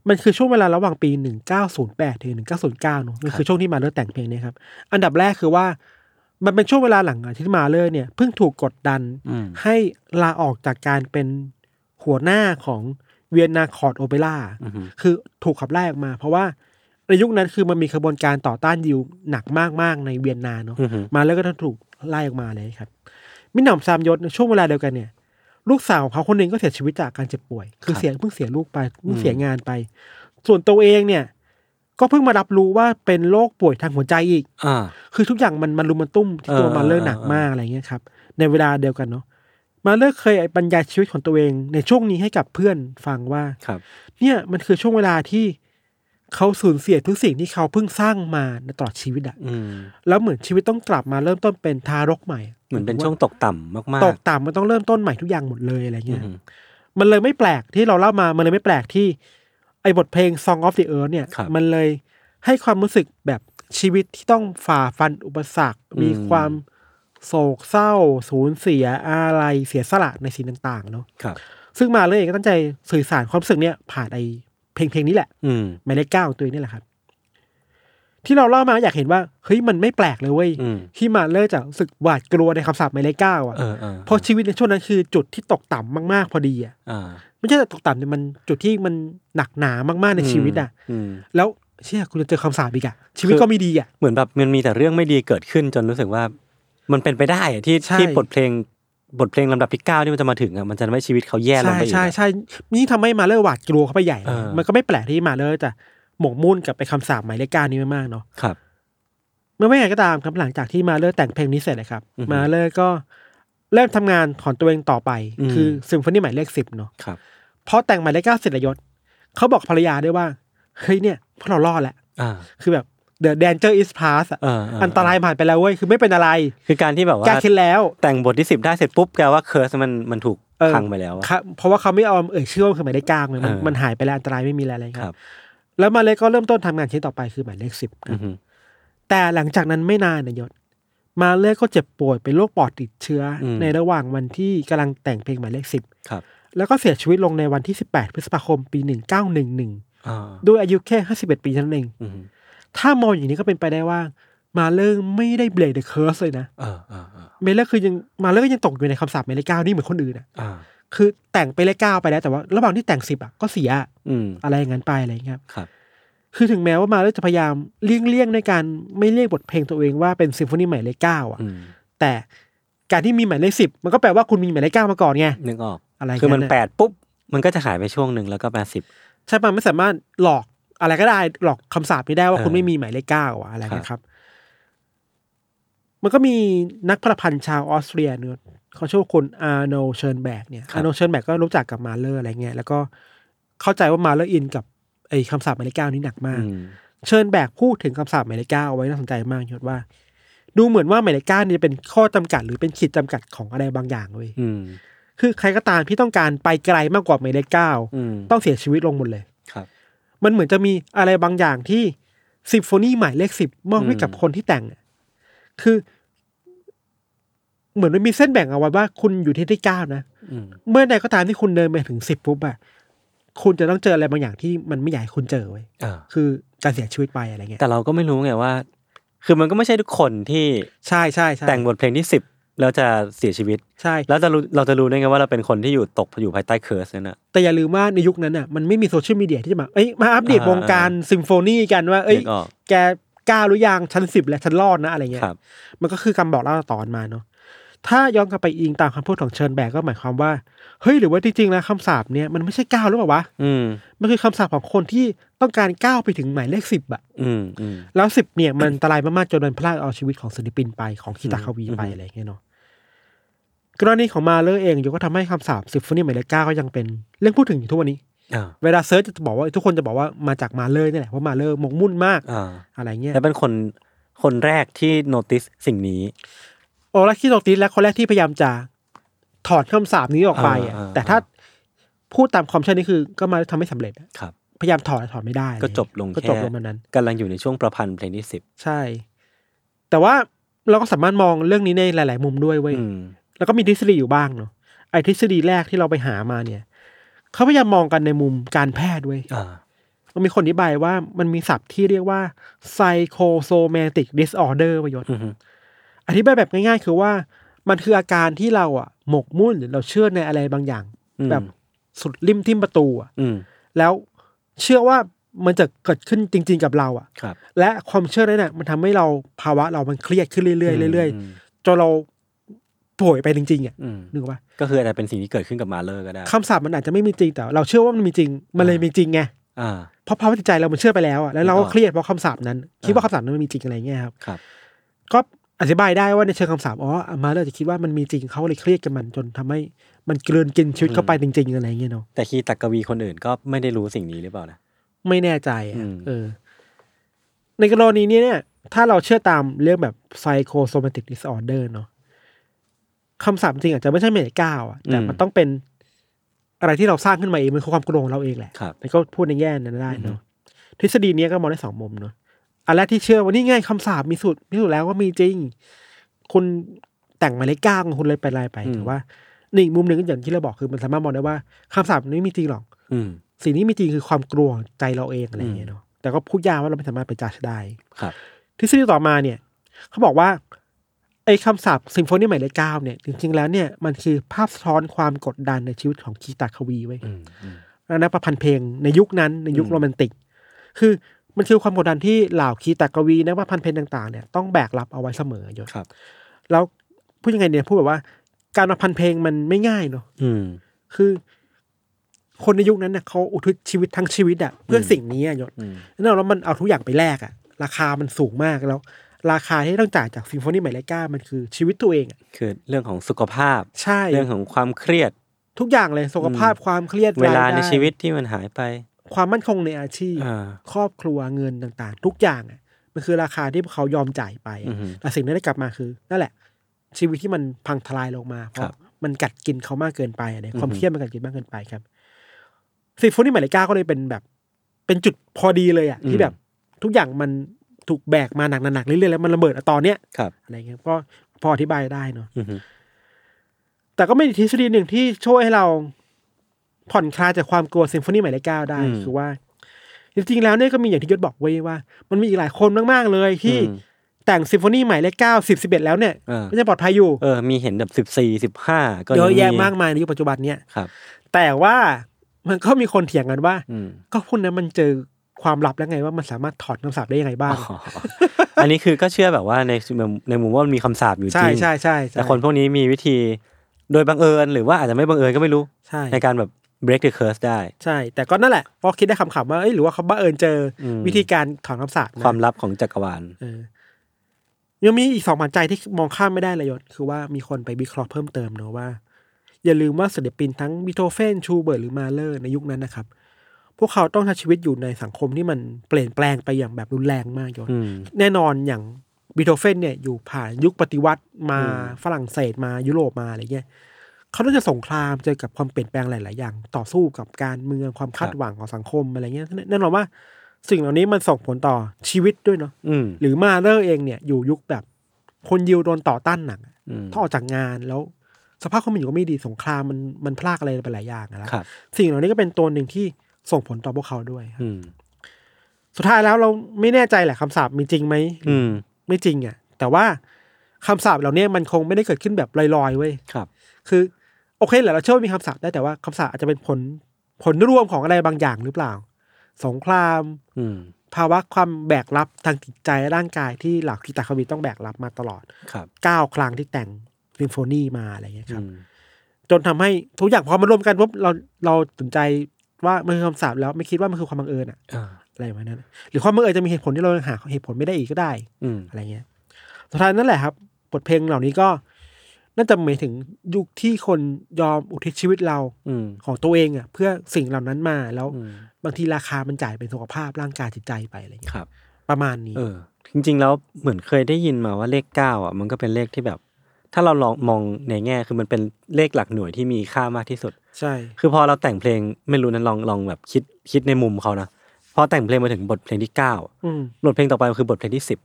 มันคือช่วงเวลาระหว่างปี 1908 ถึง 1909เนอะมันคือช่วงที่มาเลอร์แต่งเพลงเนี้ครับ อันดับแรกคือว่า มันเป็นช่วงเวลาหลังอ่ะที่มาเลอร์เนี่ยเพิ่งถูกกดดัน อืม ให้ลาออกจากการเป็นหัวหน้าของเวียนนาคอร์ดโอเปร่า อือหือ คือถูกขับไล่ออกมา เพราะว่าในยุคนั้นคือมันมีขบวนการต่อต้านยิวหนักมากๆในเวียนนาเนอะ อือหือ มาเลอร์ก็ต้องถูกไล่ออกมาเลยครับ มิหนำซามยศในช่วงเวลาเดียวกันเนี่ย ลูกสาวของเขาคนหนึ่งก็เสียชีวิตจากการเจ็บป่วย คือ ครับ เสียเพิ่งเสียลูกไปเพิ่ง อืม เสียงานไป ส่วนตัวเองเนี่ย ก็เพิ่งมารับรู้ว่าเป็นโรคป่วยทางหัวใจอีก อ่า คือทุกอย่างมันมันรุมมันตุ้มที่ตัว เออ มาเลอร์ เออ หนักมากอะไรเงี้ยครับ ในเวลาเดียวกันเนาะมาเลอร์เคยบรรยายชีวิตของตัวเอง ในช่วงนี้ให้กับเพื่อนฟังว่า ครับ เนี่ยมันคือช่วงเวลาที่เขาสูญเสียทุกสิ่งที่เขาเพิ่งสร้างมาในตลอดชีวิตอะ อืม แล้วเหมือนชีวิตต้องกลับมาเริ่มต้นเป็นทารกใหม่อะ เหมือนเป็นช่วงตกต่ำมาก ต ๆ กต่ำมันต้องเริ่มต้นใหม่ทุกอย่างหมดเลยอะไร อื เงี้ อย หือ มันเลยไม่แปลกที่เราเล่ามา มันเลยไม่แปลกที่ ไอ้บทเพลง Song of the Earth เนี่ย ครับ มันเลยให้ความรู้สึกแบบชีวิตที่ต้องฝ่าฟันอุปสรรค มีความโศกเศร้า สูญเสียอะไรเสียสละในสิ่งต่างๆเนาะ ครับ ซึ่งมาเลยเองก็ตั้งใจสื่อสารความรู้สึกเนี่ยผ่านไอ้เพลงเพลงนี้แหละ อืม หมายเลขเก้าของตัวเองนี่แหละครับ ที่เราเล่ามาอยากเห็นว่าเฮ้ยมันไม่แปลกเลยเว้ย อืม ที่มาเลอร์จะรู้สึกหวาดกลัวในคำสาปหมายเลขเก้าอ่ะ เออเออ เพราะชีวิตในช่วงนั้นคือจุดที่ตกต่ำมากๆ พอดีอ่ะ อ่า ไม่ใช่แต่ตกต่ำเนี่ยมันจุดที่มันหนักหนามากๆในชีวิตอ่ะ อืม แล้วเชื่อคุณจะเจอคำสาปอีกอ่ะชีวิตก็ไม่ดีอ่ะ เหมือนแบบมันมีแต่เรื่องไม่ดีเกิดขึ้นจนรู้สึกว่า มันเป็นไปได้อะที่ ใช่ ที่บทเพลงบทเพลงลำดับที่เก้าที่มันจะมาถึงอะมันจะทำให้ชีวิตเขาแย่ลง ใช่ ไปอีก ใช่ อะ ใช่นี่ทำให้มาเลอร์หวาดกลัวเข้าไปใหญ่ เออ มันก็ไม่แปลกที่มาเลอร์จะหมกมุ่นกับไปคำสาปหมายเลขเก้านี้มากๆเนาะ ครับ เมื่อไม่ไงก็ตามครับหลังจากที่มาเลอร์แต่งเพลงนี้เสร็จเลยครับ อือฮึ มาเลอร์ก็เริ่มทำงานของตัวเองต่อไป อืม คือซิมโฟนีหมายเลขสิบเนาะ ครับ พอแต่งหมายเลขเก้าเสร็จแล้วยศเขาบอกภรรยาด้วยว่า เฮ้ยเนี่ยพวกเรารอดแล้ว อ่า คือแบบ the danger is past อะ เออเอออั อันตรายผ่านไปแล้วเว้ย คือไม่เป็นอะไร คือการที่แบบว่า แก้คิดแล้ว แต่งบทที่สิบได้เสร็จปุ๊บแกว่าเคิร์สมันมันถูก เออ พังไปแล้วอะ ครับเพราะว่าเขาไม่เอาเอ่ยชื่อว่าคือหมายเลขเก้าไงมัน เออ มันหายไปแล้วอันตรายไม่มีอะไรเลยค ครั รั บบ แล้วมาเลอร์ก็เริ่มต้นทำงานชิ้นต่อไปคือหมายเลขสิบคอืรับอหือ แต่หลังจากนั้นไม่นานนะยศ มาเลอร์ก็เจ็บป่วยเป็นโรคปอดติดเชื้ออ ม ในระหว่างวันที่กำลังแต่งเพลงหมายเลขสิบ ครับ แล้วก็เสียชีวิตลงในวันที่ 18 พฤษภาคม ปี 1911 อ่า ด้วยอายุแค่ 51 ปีเท่านั้นเอง อือหือ ถ้ามองอย่างนี้ก็เป็นไปได้ว่า มาเลอร์ไม่ได้เบรกเดอะเคิร์สเลยนะ เออเออเออ มาเลอร์คือยังมาเลอร์ก็ยังตกอยู่ในคำสาปหมายเลขเก้านี่เหมือนคนอื่นอ่ะ อ่า คือแต่งไปเลขเก้าไปแล้วแต่ว่าระหว่างที่แต่งสิบอ่ะก็เสีย อืม อะไรอย่างนั้นไปอะไรอย่างเงี้ยครับ ครับ คือถึงแม้ว่ามาเลอร์จะพยายามเลี่ยงเลี่ยงๆในการไม่เรียกบทเพลงตัวเองว่าเป็นซิมโฟนีหมายเลขเก้าอ่ะ อืม แต่การที่มีหมายเลขสิบมันก็แปลว่าคุณมีหมายเลขเก้ามาก่อนไง นึกออก อะไร คือมัน กันะ แปดปุ๊บมันก็จะหายไปช่วงหนึ่งแล้วก็มาสิบ ใช่ปะไม่สามารถหลอกอะไรก็ได้หลอกคำสาปไม่ได้ว่า เออ คุณไม่มีหมายเลขเก้าอะอะไร ครับ นะครับ มันก็มีนักประพันธ์ชาวออสเตรียเนอะเขาชื่อว่าคุณอาร์โนเชิร์นแบกเนี่ยอาร์โนเชิร์นแบกก็รู้จักกับมาเลอร์อะไรเงี้ยแล้วก็เข้าใจว่ามาเลอร์อินกับไอ้คำสาปหมายเลขเก้านี้หนักมาก อืม เชิญแบกพูดถึงคำสาปหมายเลขเก้าเอาไว้น่าสนใจมากยศว่า ดูเหมือนว่าหมายเลขเก้าเนี่ยเป็นข้อจำกัดหรือเป็นขีดจำกัดของอะไรบางอย่างเลย อืม คือใครก็ตามที่ต้องการไปไกลมากกว่าหมายเลขเก้า อืม ต้องเสียชีวิตลงหมดเลย ครับ มันเหมือนจะมีอะไรบางอย่างที่ซิมโฟนีหมายเลขสิบมอบให้กับ อืม คนที่แต่งอะคือ เหมือนมันมีเส้นแบ่งเอาไว้ว่าคุณอยู่ที่เลขเก้านะ อืม เมื่อใดก็ตามที่คุณเดินไปถึงสิบปุ๊บอะคุณจะต้องเจออะไรบางอย่างที่มันไม่อยากให้คุณเจอไว้ย อ่า คือการเสียชีวิตไปอะไรเงี้ย แต่เราก็ไม่รู้ไงว่า คือมันก็ไม่ใช่ทุกคนที่ ใช่ใช่ใช่ แต่งบทเพลงที่สิบ แล้วจะเสียชีวิต ใช่ แล้วจะรู้เราจะรู้ได้ไงว่าเราเป็นคนที่อยู่ตกอยู่ภายใต้เคิร์สนั่นน่ะ แต่อย่าลืมว่าในยุคนั้นอ่ะมันไม่มีโซเชียลมีเดียที่จะมาเอ้ยมาอัปเดต อ่าว งการซิมโฟนีกันว่า เอ้ย นึกออก แกกล้าหรือยังชั้นสิบและชั้นรอดนะอะไรเงี้ย ครับ มันก็คือคำบอกเล่าตอนมาเนาะ ถ้าย้อนกลับไปอิงตามคำพูดของเชิญแบกก็หมายความว่า เฮ้ยหรือว่าจริงๆแล้วคำสาปเนี่ยมันไม่ใช่ก้าวหรือเปล่าวะ อืม มันคือคำสาปของคนที่ต้องการก้าวไปถึงหมายเลขสิบอะ อืมอืม แล้วสิบเนี่ยมันอันตรายมากๆจนมันพลากเอาชีวิตของศิลปินไปของคิตาคาวี อืม ไปอะไรอย่างเงี้ยเนาะ กรณีของมาเลอร์เองโยก็ทำให้คำสาปซิมโฟนีหมายเลขเก้าก็ยังเป็นเรื่องพูดถึงอยู่ทุกวันนี้ อ่า เวลาเซิร์ชจะบอกว่าทุกคนจะบอกว่ามาจากมาเลอร์นี่แหละเพราะมาเลอร์หมกมุ่นมาก อ่า อะไรเงี้ย และเป็นคนคนแรกที่โนติสสิ่งนี้ โอลาคิโตติสและคนแรกที่พยายามจะถอดคำสาปนี้ออกไปอะ อ่าอ่า แต่ถ้าพูดตามความเชื่อนี่คือ ก็มาทำไม่สำเร็จอะ ครับ พยายามถอดแต่ถอดไม่ได้อะไร ก็ เงี้ย จบลง ก็ แค่ จบลงแบบนั้น กำลังอยู่ในช่วงประพันธ์เพลงที่สิบ ใช่ แต่ว่าเราก็สามารถมองเรื่องนี้ในหลาย ๆ มุมด้วยเว้ย อืม แล้วก็มีทฤษฎีอยู่บ้างเนาะ ไอ้ทฤษฎีแรกที่เราไปหามาเนี่ย เขาพยายามมองกันในมุมการแพทย์เว้ย อ่า มันมีคนอธิบายว่ามันมีศัพท์ที่เรียกว่า psychosomatic disorder ประโยชน์ อืมฮึ อธิบายแบบง่าย ๆ คือว่ามันคืออาการที่เราอะหมกมุ่นหรือเราเชื่อในอะไรบางอย่าง อืม แบบสุดริมทิมประตูอะ อืม แล้วเชื่อว่ามันจะเกิดขึ้นจริง ๆ กับเราอะ ครับ และความเชื่อนั้นน่ะมันทำให้เราภาวะเรามันเครียดขึ้นเรื่อยๆเรื่อย อืม ๆจนเราป่วยไปจริงๆอ่ะ อืม นึกว่า ก็คืออาจจะเป็นสิ่งที่เกิดขึ้นกับมาเลอร์ก็ได้ คำสาปมันอาจจะไม่มีจริงแต่เราเชื่อว่ามันมีจริงมันเลยมีจริงไง อ่า เพราะภาวะจิตใจเรามันเชื่อไปแล้วอ่ะแล้วเรา นึ ก็ กออก เครียดเพราะคำสาปนั้น คิดว่าคำสาปนั้นมันมีจริงอะไรเงี้ยครับ ครับ ก็อธิบายได้ว่าในเชิงคำสาปอ๋อมาเลอร์จะคิดว่ามันมีจริงเขาเลยเครียดกับมันจนทำให้มันกลืนกินชีวิตเข้าไปจริง ๆ อะไรเงี้ยเนาะ แต่คีตักกวีคนอื่นก็ไม่ได้รู้สิ่งนี้หรือเปล่านะ ไม่แน่ใจอะ อืม เออ ในกรณีนี้เนี่ย ถ้าเราเชื่อตามเรื่องแบบ psychosomatic disorder เนาะคำศัพท์จริงอาจจะไม่ใช่เมตก้าวอะแต่ อืม มันต้องเป็นอะไรที่เราสร้างขึ้นมาเอง มันคือความกลัวของเราเองแหละ ครับ มันก็พูดในแง่นั้นได้เนาะทฤษฎีเนี้ยก็มองได้สองมุมเนาะอันแรกที่เชื่อว่านี่ไงคำสาปมีสูตรมีสูตรแล้วว่ามีจริง คุณแต่งหมายเลขเก้าของคุณเลยไปลายไป อืม แต่ว่านี่อีกมุมหนึ่งก็อย่างที่เราบอกคือมันสามารถมองได้ว่าคำสาปนี้ไม่มีจริงหรอก อืม สิ่งที่มีจริงคือความกลัวใจเราเองอะไรอย่างเงี้ยเนาะแต่ก็พูดยากว่าเราไม่สามารถไปจัดได้ ครับ ทฤษฎีต่อมาเนี่ย เขาบอกว่า ไอ้คำศัพท์ซิมโฟนีหมายเลขเก้าเนี่ย จริง ๆ แล้วเนี่ย มันคือภาพสะท้อนความกดดันในชีวิตของคีตาควีไว้ย อืมอืม แล้วนักประพันธ์เพลงในยุคนั้นในยุค อืม โรแมนติก คือมันคือความกดดันที่เหล่าคีตาควีนักประพันธ์เพลงต่างๆเนี่ยต้องแบกรับเอาไว้เสมอยศ ครับ แล้วพูดยังไงเนี่ยพูดแบบว่า การประพันธ์เพลงมันไม่ง่ายเนาะ อืม คือ คนในยุคนั้นเน่ะเขาอุทิศชีวิตทั้งชีวิตอะเพื่ออ ม สิ่งนี้อะยศ อืม นั่นแล้วมันเอาทุกอย่างไปแลกอะราคามันสูงมากแล้ว ราคาที่ต้องจ่ายจากซิมโฟนีหมายเลขเก้ามันคือชีวิตตัวเองอะ คือเรื่องของสุขภาพ ใช่ เรื่องของความเครียด ทุกอย่างเลยสุขภาพความเครียด เวลาร ย ใน ได้ ชีวิตที่มันหายไป ความมั่นคงในอาชีพ อ่า ครอบครัวเงินต่างๆ ทุกอย่างอะมันคือราคาที่พวกเขายอมจ่ายไป อือฮึ แต่สิ่งที่ได้กลับมาคือนั่นแหละ ชีวิตที่มันพังทลายลงมาเพ ครั ราะ บ มันกัดกินเขามากเกินไปอะไรความ อือฮึ เครียดมันกัดกินมากเกินไปครับซิมโฟนีหมายเลขเก้าก็เลยเป็นแบบ เป็นจุดพอดีเลยอะที่แบบทุกอย่างมันถูกแบกมาหนักๆเรื่อยๆแล้วมันระเบิดอะตอนเนี้ย ครับ อะไรเงี้ยก็พออธิบายได้เนาะ อืมฮึ แต่ก็มีทฤษฎีหนึ่งที่ช่วยให้เราผ่อนคลายจากความกลัวซิมโฟนีหมายเลขเก้าได้ คือว่า จริงๆแล้วเนี่ยก็มีอย่างที่ยศบอกไว้ว่า มันมีอีกหลายคนมากๆเลยที่ อืม แต่งซิมโฟนีหมายเลขเก้าสิบสิบเอ็ดแล้วเนี่ย เออ ก็จะปลอดภัยอยู่ เออ มีเห็นแบบสิบสี่สิบห้าก็ เยอะแยะมากมายในยุคปัจจุบันเนี่ย ครับ แต่ว่ามันก็มีคนเถียงกันว่า อืม ก็พวกนั้นมันเจอความลับแล้วไงว่ามันสามารถถอดคำสาปได้ยังไงบ้าง อ๋ออันนี้คือก็เชื่อแบบว่าในในมุมว่ามันมีคำสาปอยู่จ ใช่ ริง ใช่ใช่ใช่ แต่คนพวกนี้มีวิธีโดยบังเอิญ หรือว่าอาจจะไม่บังเอิญก็ไม่รู้ ใช่ ในการแบบ break the curse ได้ ใช่ แต่ก็นั่นแหละพอคิดได้คำขำๆว่าเอ้ยหรือว่าเขาบังเอิญเจออ ม วิธีการถอนคำสาปนะ ความลับของจักรวาล เออยังมีอีกสองปัจจัยที่มองข้ามไม่ได้เลยยศคือว่ามีคนไปวิเคราะห์เพิ่มเติมเนอะว่า อย่าลืมว่าศิลปินทั้งบิโธเฟนชูเบิร์ตหรือมาเลอร์ในยุคนั้นนะครับ พวกเขาต้องใช้ชีวิตอยู่ในสังคมที่มันเปลี่ยนแปลงไปอย่างแบบรุนแรงมากยศ อืม แน่นอนอย่างบิโธเฟนเนี่ยอยู่ผ่านยุคปฏิวัติมา อืม ฝรั่งเศสมายุโรปมาอะไรเงี้ยเขาต้องเจะสงครามเจอกับความเปลี่ยนแปลงหลาย ๆ อย่าง ต่อสู้กับการเมืองความคาดหวังของสังคมอะไรเงี้ยแน่นอนว่า สิ่งเหล่านี้มันส่งผลต่อชีวิตด้วยเนาะ อืม หรือมาเลอร์เองเนี่ยอยู่ยุคแบบ คนยิวโดนต่อต้านหนักอะ อืม ถ้าออกจากงานแล้วสภาพความเป็นอยู่ก็ไม่ดีสงครามมันมันพลากอะไรไปหลายอย่างอะนะครับ สิ่งเหล่านี้ก็เป็นตัวหนึ่งที่ส่งผลต่อพวกเขาด้วยครับ อืม สุดท้ายแล้วเราไม่แน่ใจแหละคำสาปมีจริงไหม อืม ไม่จริงอะ่ะแต่ว่า คำสาปเหล่าเนี้ยมันคงไม่ได้เกิดขึ้นแบบลอยๆเว้ย ครับ คือ โอเคแหละเราเชื่อว่ามีคำสาปได้แต่ว่าคำสาปอาจจะเป็นผลผลร่วมของอะไรบางอย่างหรือเปล่า สงคราม อืม ภาวะความแบกรับทางจิตใจและร่างกายที่เหล่าคีตาคาวีต้องแบกรับมาตลอด ครับ เก้าครั้งที่แต่งซิมโฟนีมาอะไรอย่างเงี้ยครับ อืม จนทำให้ทุกอย่างพอมารวมกันปุ๊บเราเราสนใจว่ามันคือคำสาปแล้วไม่คิดว่ามันคือความบังเอิญอะ อ่า อะไรประมาณนั้น หรือความบังเอิญจะมีเหตุผลที่เราหาเหตุผลไม่ได้อีกก็ได้ อืม อะไรเงี้ย สุดท้ายนั่นแหละครับ บทเพลงเหล่านี้ก็ น่าจะหมายถึงยุคที่คนยอมอุทิศชีวิตเรา อืม ของตัวเองอะ่ะ เพื่อสิ่งเหล่านั้นมาแล้ว อืม บางทีราคามันจ่ายเป็นสุขภาพร่างกายจิตใจไปอะไรเงี้ย ครับ ประมาณนี้ เออ จริง ๆ แล้วเหมือนเคยได้ยินมาว่าเลขเก้าอ่ะ มันก็เป็นเลขที่แบบ ถ้าเราลองมองในแง่คือมันเป็นเลขหลักหน่วยที่มีค่ามากที่สุด ใช่ คือพอเราแต่งเพลงไม่รู้นั้นลองลองแบบคิดคิดในมุมเขานะพอแต่งเพลงมาถึงบทเพลงที่เก้า อืม บทเพลงต่อไปคือบทเพลงที่สิบ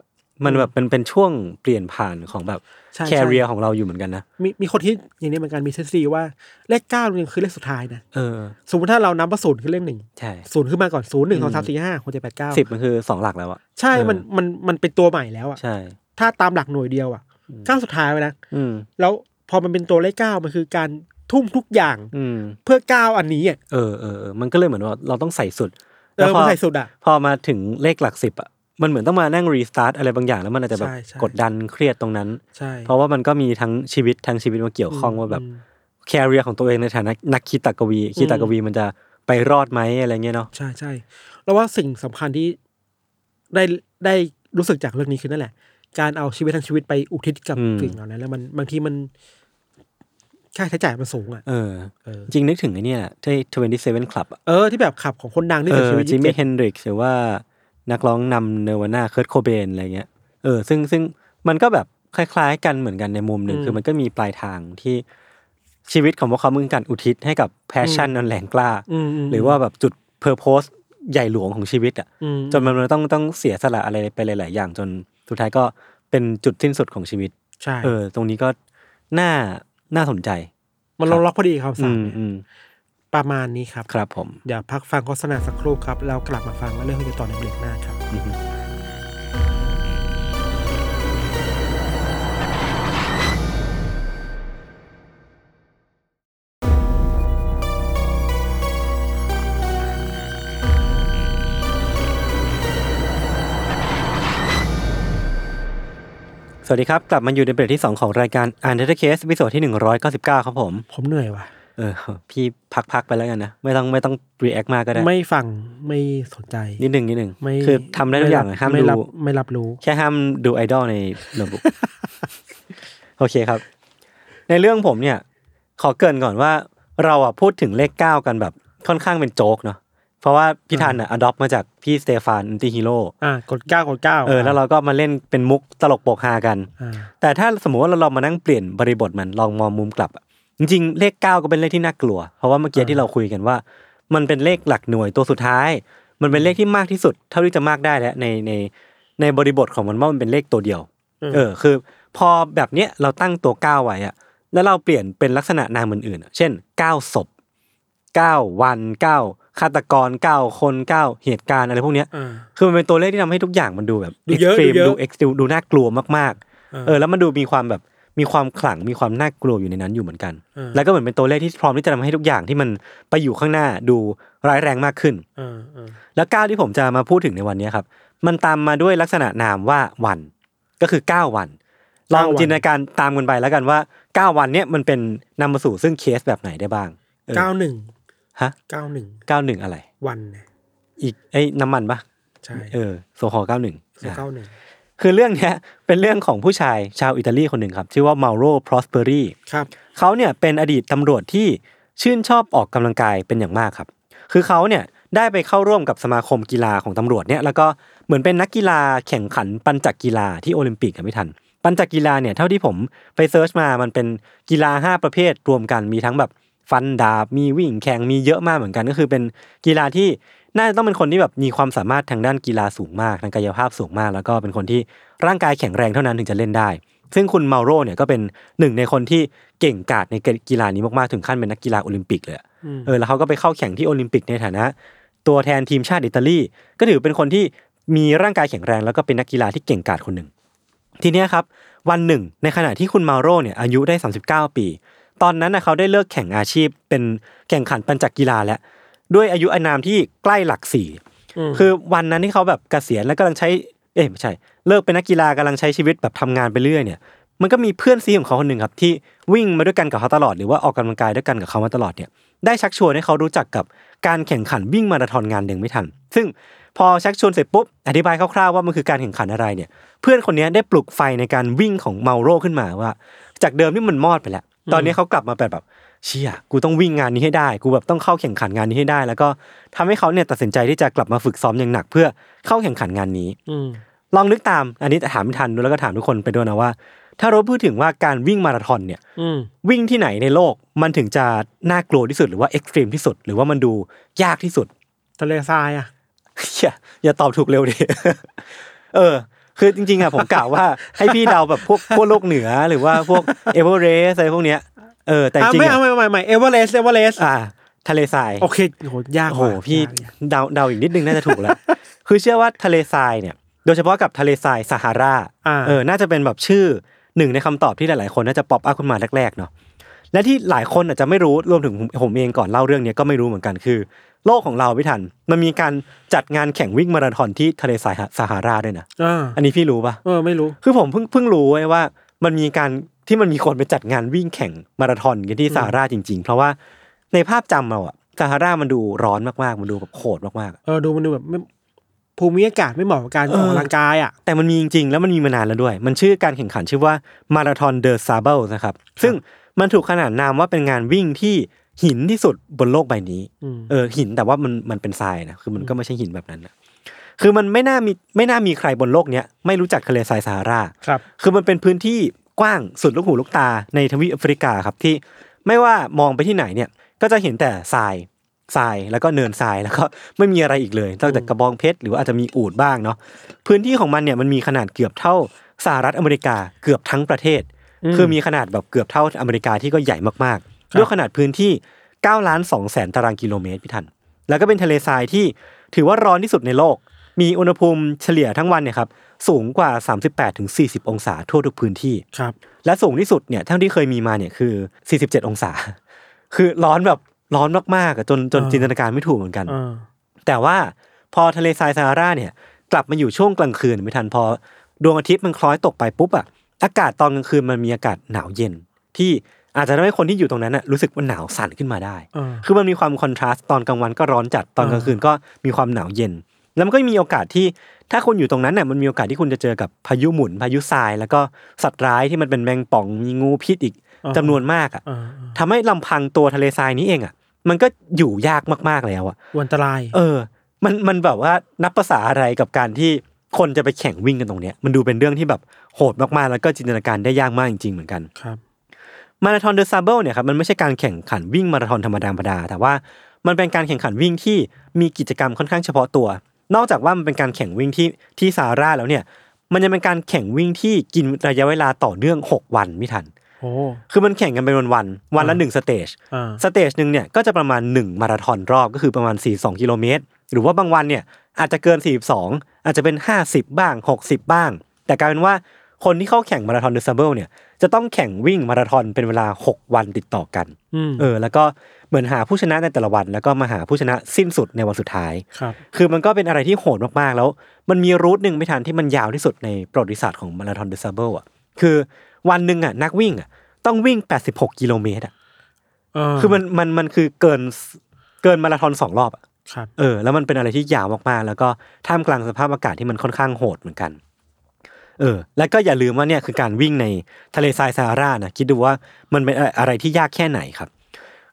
มันแบบเป็นเป็นช่วงเปลี่ยนผ่านของแบบ ใช่ แค ใช่ เรียของเราอยู่เหมือนกันนะ มีมีคนที่อย่างนี้เหมือนกันมีทฤษฎีว่าเลขเก้าเนี่ยคือเลขสุดท้ายนะ เออ สมมติถ้าเรานับว่าศูนย์คือเลขหนึ่ง ใช่ ศูนย์ขึ้นมาก่อนศูนย์หนึ่งสองสามสี่ห้าหกเจ็ดแปดเก้า สิบมันคือสองหลักแล้วอ่ะ ใช่ เออ มันมันมันเป็นตัวใหม่แล้วอ่ะ ใช่ ถ้าตามหลักหน่วยเดียวอ่ะ อืม เก้าสุดท้ายไปนะ อืม แล้วพอมันเป็นตัวเลขเก้ามันคือการทุ่มทุกอย่าง อืม เพื่อก้าวอันนี้อ่ะ เออเออเออมันก็เลยเหมือนว่าเราต้องใส่สุด เออ พ มันใส่สุดอ่ะ พอมาถึงเลขหลักสิบอ่ะมันเหมือนต้องมานั่งรีสตาร์ทอะไรบางอย่างแล้วมันอาจจะแบบ ใช่ใช่ กดดันเครียดตรงนั้น ใช่ เพราะว่ามันก็มีทั้งชีวิตทั้งชีวิตมาเกี่ยวข้องว่าแบบ ม แคเรียของตัวเองในฐานะนักคีตากวี คีตากวีมันจะไปรอดไหมอะไรเงี้ยเนาะ ใช่ใช่แล้วว่าสิ่งสำคัญที่ได้ได้รู้สึกจากเรื่องนี้คือนั่นแหละ การเอาชีวิตทั้งชีวิตไปอุทิศกับสิ่งเหล่านั้น แล้วมันบางทีมันค่าใช้จ่ายมันสูงอ่ะ เออ เออ จริงนึกถึงไอ้เนี่ยที่ทเวนตี้เซเว่นคลับ เออที่แบบขับของคนดังที่ เอ เสีอยชีวิต จิมมี่ 27 เฮนดริกหรือว่านักร้องนำเนวาน่าเคิร์ตโคเบนอะไรเงี้ยเออซึ่งซึ่งมันก็แบบคล้ายๆ กันเหมือนกันในมุมหนึ่งคือมันก็มีปลายทางที่ชีวิตของพวกเขามึงการอุทิศให้กับแพชชั่นนันแรงกล้า มม หรือว่าแบบจุดเพอร์โพสใหญ่หลวงของชีวิตอ่ะ อืม จนมันมันต้องต้องเสียสละอะไรไปหลาย ๆ อย่างจนสุดท้ายก็เป็นจุดสิ้นสุดของชีวิต ใช่ เออ ตรงนี้ก็น่าน่าสนใจ มันลงล็อกพอดีคำ อื สั่ง มอืม ประมาณนี้ครับ ครับผม เดี๋ยวพักฟังโฆษณาสักครู่ครับ แล้วกลับมาฟังเรื่องที่ต่อในเบรกหน้าครับ อือฮึ สวัสดีครับ กลับมาอยู่ในเบรกที่ 2 ของรายการอ่านเทอร์เคสวิสดที่ 199 ครับผม ผมเหนื่อยว่ะ เออ พี่พัก ๆ ไปแล้วกันนะ ไม่ต้องไม่ต้องรีแอคมากก็ได้ ไม่ฟังไม่สนใจ นิดหนึ่งนิดหนึ่ง ไม่ คือทำได้ทุกอย่างอะห้าม ไม่รับ ดู ไม่รับรู้ แค่ห้ามดูไอดอลในโน้ตบุ๊ก โอเคครับ ในเรื่องผมเนี่ย ขอเกรินก่อนว่าเราอ่ะพูดถึงเลขเก้ากันแบบค่อนข้างเป็นโจ๊กเนาะเพราะว่าพี่ทันอ่ะอดอปมาจากพี่สเตฟานอันติฮีโร่ อ่ากดเก้ากดเก้า เออแล้วเราก็มาเล่นเป็นมุกตลกโปกฮากัน อ่า แต่ถ้าสมมติว่าเราลองมานั่งเปลี่ยนบริบทมันลองมองมุมกลับอะจริงๆ เลขเก้าก็เป็นเลขที่น่ากลัว เพราะว่าเมื่อกี้ อ่า ที่เราคุยกันว่า มันเป็นเลขหลักหน่วยตัวสุดท้าย มันเป็นเลขที่มากที่สุด เท่าที่จะมากได้แล้วในในในบริบทของมันว่ามันเป็นเลขตัวเดียว เออคือ พอแบบเนี้ยเราตั้งตัวเก้าไว้อะแล้วเราเปลี่ยนเป็นลักษณะนามอื่นๆอะเช่นเก้าศพเก้าวันเก้าฆาตกรเก้าคนเก้าเหตุการณ์อะไรพวกเนี้ย อ่า คือมันเป็นตัวเลขที่ทำให้ทุกอย่างมันดูแบบ ดูเยอะ กซ์ตรีม ดูเยอะ ดูเอ็กซ์ตรีมดูน่ากลัวมากๆ เอ เอ อ อ แล้วมันดูมีความแบบมีความขลังมีความน่ากลัวอยู่ในนั้นอยู่เหมือนกัน เออ แล้วก็เหมือนเป็นตัวเลขที่พร้อมที่จะทำให้ทุกอย่างที่มันไปอยู่ข้างหน้าดูร้ายแรงมากขึ้น เออเออ แล้วก้าวที่ผมจะมาพูดถึงในวันนี้ครับ มันตามมาด้วยลักษณะนามว่าวัน ก็คือ 9 วันลองจินตนาการตามกันไปแล้วกันว่า 9 วันเนี้ยมันเป็นนำมาสู่ซึ่งเคสแบบไหนได้บ้างเออ เก้าหนึ่ง ฮะ เก้าหนึ่ง เก้าหนึ่งอะไร วันนะ อีกไอ้ยน้ำมันปะ ใช่ เออโซฮอลเก้าหนึ่ง เก้าหนึ่ง คือเรื่องเนี้ยเป็นเรื่องของผู้ชายชาวอิตาลีคนหนึ่งครับ ชื่อว่าเมาโรพรอสเปอรี ครับ เขาเนี่ยเป็นอดีตตำรวจที่ชื่นชอบออกกำลังกายเป็นอย่างมากครับ คือเขาเนี่ยได้ไปเข้าร่วมกับสมาคมกีฬาของตำรวจเนี่ยแล้วก็เหมือนเป็นนักกีฬาแข่งขันปัญจักกีฬาที่โอลิมปิกกันไม่ทัน ปัญจักกีฬาเนี่ยเท่าที่ผมไปเซิร์ชมามันเป็นกีฬาห้าประเภทรวมกันมีทั้งแบบฟันดาบมีวิ่งแข่งมีเยอะมากเหมือนกันก็คือเป็นกีฬาที่ น่าจะต้องเป็นคนที่แบบมีความสามารถทางด้านกีฬาสูงมากทางกายภาพสูงมาก แล้วก็เป็นคนที่ร่างกายแข็งแรงเท่านั้นถึงจะเล่นได้ ซึ่งคุณเมาโรเนี่ยก็เป็นหนึ่งในคนที่เก่งกาจในกีฬานี้มากๆถึงขั้นเป็นนักกีฬาโอลิมปิกเลยอะเออแล้วเขาก็ไปเข้าแข่งที่โอลิมปิกในฐานะ ตัวแทนทีมชาติอิตาลีก็ถือเป็นคนที่มีร่างกายแข็งแรงแล้วก็เป็นนักกีฬาที่เก่งกาจคนหนึ่ง ทีเนี้ยครับ วันหนึ่ง ในขณะที่คุณมาโร่เนี่ยอายุได้ 39 ปี ตอนนั้นนะเขาได้เลิกแข่งอาชีพเป็นแข่งขันปัญจักกีฬาแล้ว ด้วยอายุอานามที่ใกล้หลักสี่ คื คือ อวันนั้นที่เขาแบบเกษียณแล้วกำลังใช้ เอ้ยไม่ใช่ เลิกเป็นนักกีฬากำลังใช้ชีวิตแบบทำงานไปเรื่อยเนี่ย มันก็มีเพื่อนซีของเขาคนหนึ่งครับที่วิ่งมาด้วยกันกับเขาตลอดหรือว่าออกกำลังกายด้วยกันกับเขามาตลอดเนี่ย ได้ชักชวนให้เขารู้จักกับการแข่งขันวิ่งมาราธอนงานหนึ่งไม่ทัน ซึ่งพอชักชวนเสร็จปุ๊บอธิบายคร่าวๆว่ามันคือการแข่งขันอะไรเนี่ย เพื่อนคนเนี้ยได้ปลุกไฟในการวิ่งของเมาโร่ขึ้นมาว่า จากเดิมที่มันมอดไปแล้ว ตอนนี้เขากลับมาเป็นแบบเชี่ยกูต้องวิ่งงานนี้ให้ได้ กูแบบต้องเข้าแข่งขันงานนี้ให้ได้ แล้วก็ทำให้เขาเนี่ยตัดสินใจที่จะกลับมาฝึกซ้อมอย่างหนัก เพื่อเข้าแข่งขันงานนี้ อืม ลองนึกตามอันนี้ถามไม่ทันด้วยแล้วก็ถามทุกคนไปด้วยนะว่า ถ้าเราพูดถึงว่าการวิ่งมาราธอนเนี่ย อืม วิ่งที่ไหนในโลกมันถึงจะน่ากลัวที่สุดหรือว่าเอ็กซ์ตรีมที่สุด หรือว่ามันดูยากที่สุด ทะเลทรายอ่ะ อย่าอย่าตอบถูกเร็วดิ เออ คือจริงๆอะผมกล่าวว่า ให้พี่เดาแบบพวกพวกโลกเหนือหรือว่าพวกเอเวอเรสอะไรพวกเนี้ย เออ แต่จ อ่ะ ริง ไม่ ๆ เอา อะ ไม่ไม่ไม่เอเวอเรสต์เอเวอเรสต์ อ่า ทะเลทราย โอเคโหยาก โอ้ ว่ะ โหพี่ ยากยาก เดาเดาอีกนิดนึงน่าจะถูกแล้ว คือเชื่อว่าทะเลทรายเนี่ย โดยเฉพาะกับทะเลทรายซาฮารา อ่า เออ น่าจะเป็นแบบชื่อหนึ่งในคำตอบที่หลาย ๆ คนน่าจะป๊อปอัพขึ้นมาแรก ๆ เนาะ และที่หลายคนอาจจะไม่รู้ รวมถึงผมผมเองก่อนเล่าเรื่องเนี้ยก็ไม่รู้เหมือนกันคือ โลกของเราไม่ทัน มันมีการจัดงานแข่งวิ่งมาราธอนที่ทะเลทรายซาฮาราด้วยนะ อ่า อันนี้พี่รู้ปะ เออไม่รู้ คือผมเพิ่งเพิ่งรู้เว้ยว่ามันมีการที่มันมีคนไปจัดงานวิ่งแข่งมาราธอนกันที่ซาฮาราจริง ๆ เพราะว่าในภาพจำเราอะซาฮารามันดูร้อนมาก ๆ มันดูแบบโหดมากๆอะ เออดูมันดูแบบไม่ภูมิอากาศไม่เหมาะกับการอ เอ อก อ กำลังกายอ่ะ แต่มันมีจริงๆ แล้วมันมีมานานแล้วด้วย มันชื่อการแข่งขันชื่อว่ามาราธอนเดอะซาเบิลนะครับ ซึ่งมันถูกขนานนามว่าเป็นงานวิ่งที่หินที่สุดบนโลกใบนี้ อืม เออหินแต่ว่ามันมันเป็นทรายนะ คือมันก็ไม่ใช่หินแบบนั้นนะคือมันไม่น่ามีไม่น่ามีใครบนโลกเนี้ยไม่รู้จักทะเลทรายซาฮารา ครับ คือมันเป็นพื้นที่กว้างสุดลูกหูลูกตาในทวีปแอฟริกาครับที่ไม่ว่ามองไปที่ไหนเนี่ยก็จะเห็นแต่ทรายทรายแล้วก็เนินทรายแล้วก็ไม่มีอะไรอีกเลยนอกจากกระบองเพชรหรือว่าอาจจะมีอูดบ้างเนาะพื้นที่ของมันเนี่ยมันมีขนาดเกือบเท่าสหรัฐอเมริกาเกือบทั้งประเทศ อืม คือมีขนาดแบบเกือบเท่าอเมริกาที่ก็ใหญ่มาก คๆรับ ด้วยขนาดพื้นที่9ล้าน2แสนตารางกิโลเมตรพี่ทัน แล้วก็เป็นทะเลทรายที่ถือว่าร้อนที่สุดในโลก มีอุณหภูมิเฉลี่ยทั้งวันเนี่ยครับสูงกว่า 38-40 องศาทั่วทุกพื้นที่ ครับ และสูงที่สุดเนี่ยเท่าที่เคยมีมาเนี่ยคือ 47 องศา คือร้อนแบบร้อนมากๆอะจนจนจินตนาการไม่ถูกเหมือนกัน เออ แต่ว่าพอทะเลทรายซาฮาราเนี่ยกลับมาอยู่ช่วงกลางคืนไม่ทันพอดวงอาทิตย์มันคล้อยตกไปปุ๊บอะอากาศตอนกลางคืนมันมีอากาศหนาวเย็น ที่อาจจะทำให้คนที่อยู่ตรงนั้นอะรู้สึกว่าหนาวสั่นขึ้นมาได้ เออ คือมันมีความคอนทราสต์ตอนกลางวันก็ร้อนจัดตอนกลางคืนก็มีความหนาวเย็น แล้วมันก็มีโอกาสที่ถ้าคุณอยู่ตรงนั้นเนี่ยมันมีโอกาสที่คุณจะเจอกับพายุหมุนพายุทราย แล้วก็สัตว์ร้ายที่มันเป็นแมงป่องมีงูพิษอีก อ่าฮะ จำนวนมากอ่ะ เออเออ ทำให้ลำพังตัวทะเลทรายนี้เองอ่ะมันก็อยู่ยากมากๆแล้วอ่ะ วันตราย เออ มันมันแบบว่านับภาษาอะไรกับการที่คนจะไปแข่งวิ่งกันตรงเนี้ยมันดูเป็นเรื่องที่แบบโหดมากๆ แล้วก็จินตนาการได้ยากมากจริงๆเหมือนกัน ครับ มาราธอนเดอะซาเบิลเนี่ยครับมันไม่ใช่การแข่งขันวิ่งมาราธอนธรรมดาธรรมดาแต่ว่ามันเป็นการแข่งขันวิ่งที่มีกิจกรรมค่อนข้างเฉพาะตัว นอกจากว่ามันเป็นการแข่งวิ่งที่ที่ซาฮาราแล้วเนี่ย มันยังเป็นการแข่งวิ่งที่กินระยะเวลาต่อเนื่อง 6 วันไม่ทัน โอ้ คือมันแข่งกันเป็นวันๆวันละหนึ่งสเตจ อ่า สเตจหนึ่งเนี่ยก็จะประมาณ 1 มาราธอนรอบก็คือประมาณ 42 กิโลเมตร หรือว่าบางวันเนี่ยอาจจะเกิน 42 อาจจะเป็น 50 บ้าง 60 บ้าง แต่กลายเป็นว่าคนที่เข้าแข่งมาราธอนเดอะซับเบิลเนี่ยจะต้องแข่งวิ่งมาราธอนเป็นเวลา 6 วันติดต่อกัน อืม เออแล้วก็เหมือนหาผู้ชนะในแต่ละวัน แล้วก็มาหาผู้ชนะสิ้นสุดในวันสุดท้าย ครับ คือมันก็เป็นอะไรที่โหดมากๆ แล้ว มันมีรูทหนึ่งไม่ทันที่มันยาวที่สุดในประวัติศาสตร์ของมาราธอนเดอะซับเบิลอ่ะคือวันหนึ่งอ่ะนักวิ่งอ่ะต้องวิ่ง 86 กิโลเมตรอ่ะ เออ คือมันมันมันคือเกินเกินมาราธอนสองรอบอะ ครับ เออแล้วมันเป็นอะไรที่ยาวมากๆ แล้วก็ท่ามกลางสภาพอากาศที่มันค่อนข้างโหดเหมือนกัน เออ แล้วก็อย่าลืมว่าเนี่ยคือการวิ่งในทะเลทรายซาฮารานะคิดดูว่ามันเป็นอะไรที่ยากแค่ไหนครับ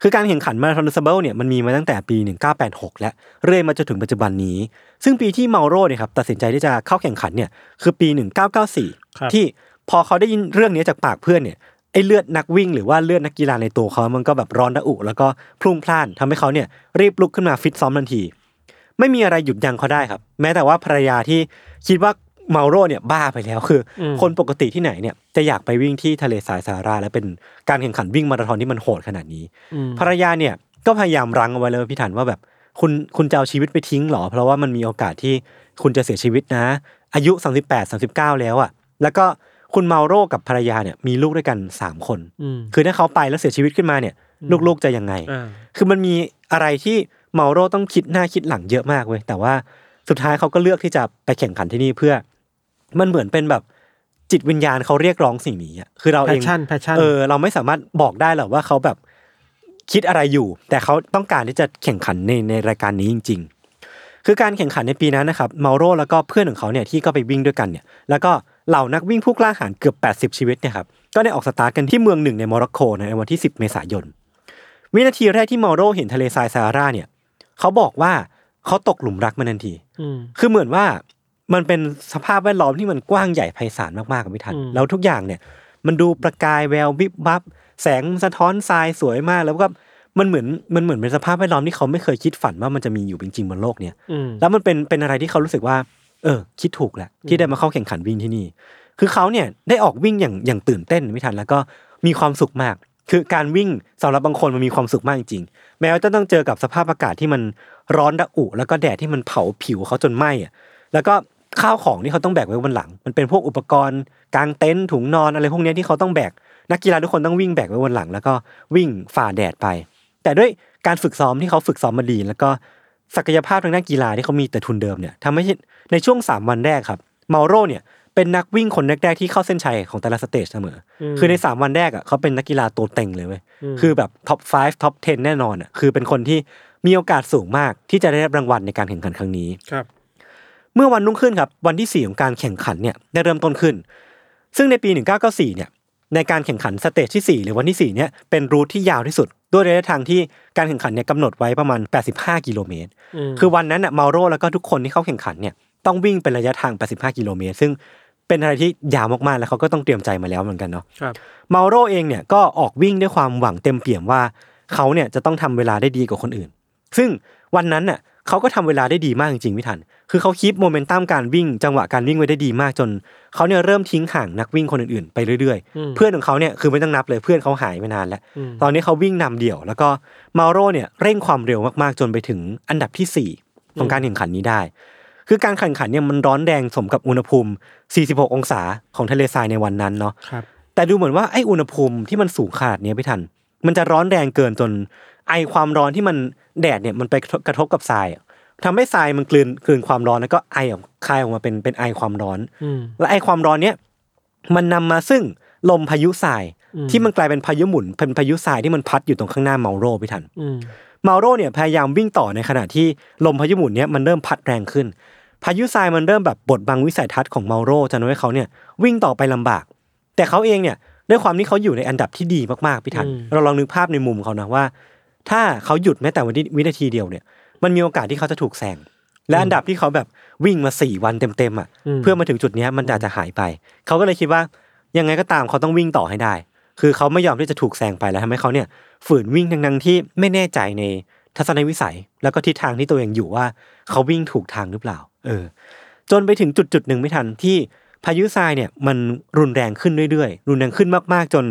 คือการแข่งขันมาราธอนซับเบิลเนี่ยมันมีมาตั้งแต่ปี 1986 และเรื่อยมาจนถึงปัจจุบันนี้ ซึ่งปีที่เมาโร่เนี่ยครับตัดสินใจที่จะเข้าแข่งขันเนี่ยคือปี ครับ 1994 ที่พอเขาได้ยินเรื่องนี้จากปากเพื่อนเนี่ยไอ้เลือดนักวิ่งหรือว่าเลือดนักกีฬาในตัวเขามันก็แบบร้อนระอุ แล้วก็พลุ่งพล่านทำให้เขาเนี่ยรีบลุกขึ้นมาฟิตซ้อมทันที ไม่มีอะไรหยุดยั้งเขาได้ครับ แม้แต่ว่าภรรยาที่คิดว่าเมาโร่เนี่ยบ้าไปแล้วคือ อืม คนปกติที่ไหนเนี่ยจะอยากไปวิ่งที่ทะเลสายซาฮารา และเป็นการแข่งขันวิ่งมาราธอนที่มันโหดขนาดนี้ อืม ภรรยาเนี่ยก็พยายามรั้งเอาไว้เลยพี่ถันว่าแบบคุณคุณจะเอาชีวิตไปทิ้งเหรอ เพราะว่ามันมีโอกาสที่คุณจะเสียชีวิตนะ อายุ 38 39 แล้วอะ่ะ แล้วก็ คุณเมาโร่กับภรรยาเนี่ยมีลูกด้วยกันสามคน อืม คือถ้าเขาไปแล้วเสียชีวิตขึ้นมาเนี่ย อืม ลูกๆจะยังไง อ่า คือมันมีอะไรที่เมาโร่ต้องคิดหน้าคิดหลังเยอะมากเว้ยแต่ว่าสุดท้ายเขาก็เลือกที่จะไปแข่งขันที่นี่เพื่อ มันเหมือนเป็นแบบจิตวิญญาณเขาเรียกร้องสิ่งนี้อะคือเรา แพ เอ ช ง ชั่นแพชชั่น เออ เราไม่สามารถบอกได้หรอกว่าเขาแบบคิดอะไรอยู่ แต่เขาต้องการที่จะแข่งขันในในรายการนี้จริง ๆ คือการแข่งขันในปีนั้นนะครับเมาโรแล้วก็เพื่อนของเขาเนี่ยที่ก็ไปวิ่งด้วยกันเนี่ย แล้วก็เหล่านักวิ่งผู้กล้าหาญเกือบ 80 ชีวิตเนี่ยครับก็ได้ออกสตาร์ทกันที่เมืองหนึ่งในโมร็อกโกในวันที่ 10 เมษายน วินาทีแรกที่เมาโรเห็นทะเลทรายซาฮาราเนี่ยเขาบอกว่าเขาตกหลุมรักมันทันที ม คือเหมือนว่ามันเป็นสภาพแวดล้อมที่มันกว้างใหญ่ไพศาลมากๆกับพี่ทัน อืม แล้วทุกอย่างเนี่ยมันดูประกายแวววิบวับ แสงสะท้อนทรายสวยมาก แล้วก็มันเหมือนมันเหมือนเป็นสภาพแวดล้อมที่เขาไม่เคยคิดฝันว่ามันจะมีอยู่เป็นจริงบนโลกเนี่ย อืม แล้วมันเป็นเป็นอะไรที่เขารู้สึกว่า เออ คิดถูกแหละ ที่ได้มาเข้าแข่งขันวิ่งที่นี่ คือเขาเนี่ยได้ออกวิ่งอย่างอย่างตื่นเต้นไม่ทันแล้วก็มีความสุขมาก คือการวิ่งสำหรับบางคนมันมีความสุขมากจริงๆแม้ว่าจะต้องเจอกับสภาพอากาศที่มันร้อนระอุ แล้วก็แดดที่มันเผาผิวเขาจนไหม้อะแล้วก็ข้าวของที่เขาต้องแบกไว้บนหลัง มันเป็นพวกอุปกรณ์กางเต็นท์ถุงนอนอะไรพวกเนี้ยที่เขาต้องแบกนักกีฬาทุกคนต้องวิ่งแบกไว้บนหลัง แล้วก็วิ่งฝ่าแดดไป แต่ด้วยการฝึกซ้อมที่เขาฝึกซ้อมมาดีแล้วก็ศักยภาพทางด้านกีฬาที่เขามีแต่ทุนเดิมเนี่ยทำให้ในช่วง 3 วันแรกครับเมาโรเนี่ยเป็นนักวิ่งคนแรกๆที่เข้าเส้นชัยของแต่ละสเตจเสมออ ม คือใน 3 วันแรกอ่ะเขาเป็นนักกีฬาตัวเต็งเลยเว้ย อืม คือแบบท็อป 5 ท็อป 10 แน่นอนอ่ะคือเป็นคนที่มีโอกาสสูงมากที่จะได้รับรางวัลในการแข่งขันครั้งนี้ ครับ เมื่อวันรุ่งขึ้นครับวันที่สี่ของการแข่งขันเนี่ยได้เริ่มต้นขึ้น ซึ่งในปี 1994เนี่ยในการแข่งขันสเตจที่ 4 หรือวันที่ 4เนี่ยเป็นรูทที่ยาวที่สุด ด้วยระยะทางที่การแข่งขันเนี่ยกำหนดไว้ประมาณ 85 กิโลเมตร ม คือวันนั้นน่ะเมาโรแล้วก็ทุกคนที่เข้าแข่งขันเนี่ยต้องวิ่งเป็นระยะทาง 85 กิโลเมตร ซึ่งเป็นอะไรที่ยาวมากๆ แล้วเขาก็ต้องเตรียมใจมาแล้วเหมือนกันเนาะ ครับ เมาโรเองเนี่ยก็ออกวิ่งด้วยความหวังเต็มเปี่ยมว่าเขาเนี่ยจะต้องทำเวลาได้ดีกว่าคนอื่น ซึ่งวันนั้นน่ะเขาก็ทำเวลาได้ดีมากจริงๆพี่ทัน คือเขาคีบโมเมนตัมการวิ่งจังหวะการวิ่งไว้ได้ดีมากจนเขาเนี่ยเริ่มทิ้งห่างนักวิ่งคนอื่นๆไปเรื่อย อืม ๆ เพื่อนของเขาเนี่ยคือไม่ต้องนับเลยเพื่อนเขาหายไปนานแล้ว อืม ตอนนี้เขาวิ่งนำเดี่ยว แล้วก็เมาโรเนี่ยเร่งความเร็วมากๆ จนไปถึงอันดับที่ 4 ของการแข่งขันนี้ได้ คือการแข่งขันเนี่ยมันร้อนแดงสมกับอุณหภูมิ 46 องศาของทะเลทรายในวันนั้นเนาะ ครับ แต่ดูเหมือนว่าไออุณหภูมิที่มันสูงขนาดเนี้ยพี่ทัน มันจะร้อนแรงเกินจน ไอความร้อนที่มันแดดเนี่ยมันไปกระทบกับทรายอะทำให้ทรายมันกลืนกลืนความร้อนแล้วก็ไอออกคายออกมาเป็นเป็นไอความร้อน อืม และไอความร้อนเนี้ยมันนำมาซึ่งลมพายุทราย อืม ที่มันกลายเป็นพายุหมุนเป็นพายุทรายที่มันพัดอยู่ตรงข้างหน้าเมาโรพี่ทัน อืม เมาโรเนี่ยพยายามวิ่งต่อในขณะที่ลมพายุหมุนเนี่ยมันเริ่มพัดแรงขึ้น พายุทรายมันเริ่มแบบบดบังวิสัยทัศน์ของเมาโรจนทำให้เขาเนี่ยวิ่งต่อไปลำบาก แต่เขาเองเนี่ยด้วยความที่เขาอยู่ในอันดับที่ดีมากๆพี่ทัน อืม เราลองนึกภาพในมุมเขานะว่า ถ้าเขาหยุดแม้แต่วันที่วินาทีเดียวเนี่ย มันมีโอกาสที่เขาจะถูกแซงและอันดับที่เขาแบบวิ่งมาสี่วันเต็มๆอ่ะ เพื่อมาถึงจุดเนี้ยมันอาจจะหายไป เขาก็เลยคิดว่ายังไงก็ตามเขาต้องวิ่งต่อให้ได้ คือเขาไม่ยอมที่จะถูกแซงไปแล้วทำให้เขาเนี่ยฝืนวิ่งทั้งๆที่ไม่แน่ใจในทัศนวิสัย แล้วก็ทิศทางที่ตัวเองอยู่ว่า เขาวิ่งถูกทางหรือเปล่า เออ จนไปถึงจุดจุดๆหนึ่งไม่ทันที่พายุทรายเนี่ยมันรุนแรงขึ้นเรื่อยๆ รุนแรงขึ้นมากๆ จน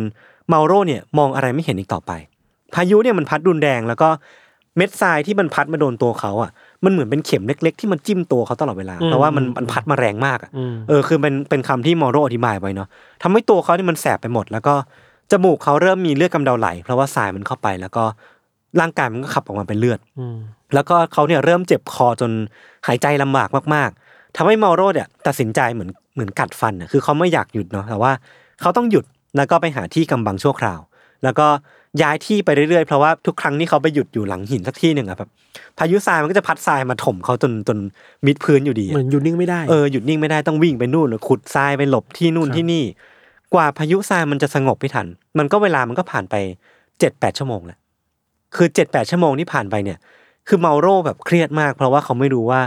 เมาโรเนี่ยมองอะไรไม่เห็นอีกต่อไป พายุเนี่ยมันพัดรุนแรงแล้วก็เม็ดทรายที่มันพัดมาโดนตัวเขาอ่ะ มันเหมือนเป็นเข็มเล็ก ๆ ที่มันจิ้มตัวเขาตลอดเวลาเพราะว่ามันมันพัดมาแรงมากอะ อืม เออคือเป็นเป็นคำที่มอโรอธิบายไว้เนาะทำให้ตัวเขาเนี่ยมันแสบไปหมด แล้วก็จมูกเขาเริ่มมีเลือดกำเดาไหล เพราะว่าสายมันเข้าไปแล้วก็ร่างกายมันก็ขับออกมาเป็นเลือด อืม แล้วก็เขาเนี่ยเริ่มเจ็บคอจนหายใจลำบากมากๆทำให้เมาโรเนี่ยตัดสินใจเหมือนเหมือนกัดฟันนะคือเขาไม่อยากหยุดเนาะแต่ว่าเขาต้องหยุดแล้วก็ไปหาที่กำบังชั่วคราว แล้วก็ย้ายที่ไปเรื่อยๆเพราะว่าทุกครั้งที่เขาไปหยุดอยู่หลังหินสักที่หนึ่งอะแบบพายุทรายมันก็จะพัดทรายมาถมเขาจนจนมิดพื้นอยู่ดีอะ เหมือนอยู่นิ่งไม่ได้ เออหยุดนิ่งไม่ได้ต้องวิ่งไปนู่นขุดทรายไปหลบที่นู่น ครับ ที่นี่ กว่าพายุทรายมันจะสงบไม่ทัน มันก็เวลามันก็ผ่านไปเจ็ดแปดชั่วโมงแหละคือเจ็ดแปดชั่วโมงที่ผ่านไปเนี่ย คือเมาโร่แบบเครียดมาก เพราะว่าเขาไม่รู้ว่า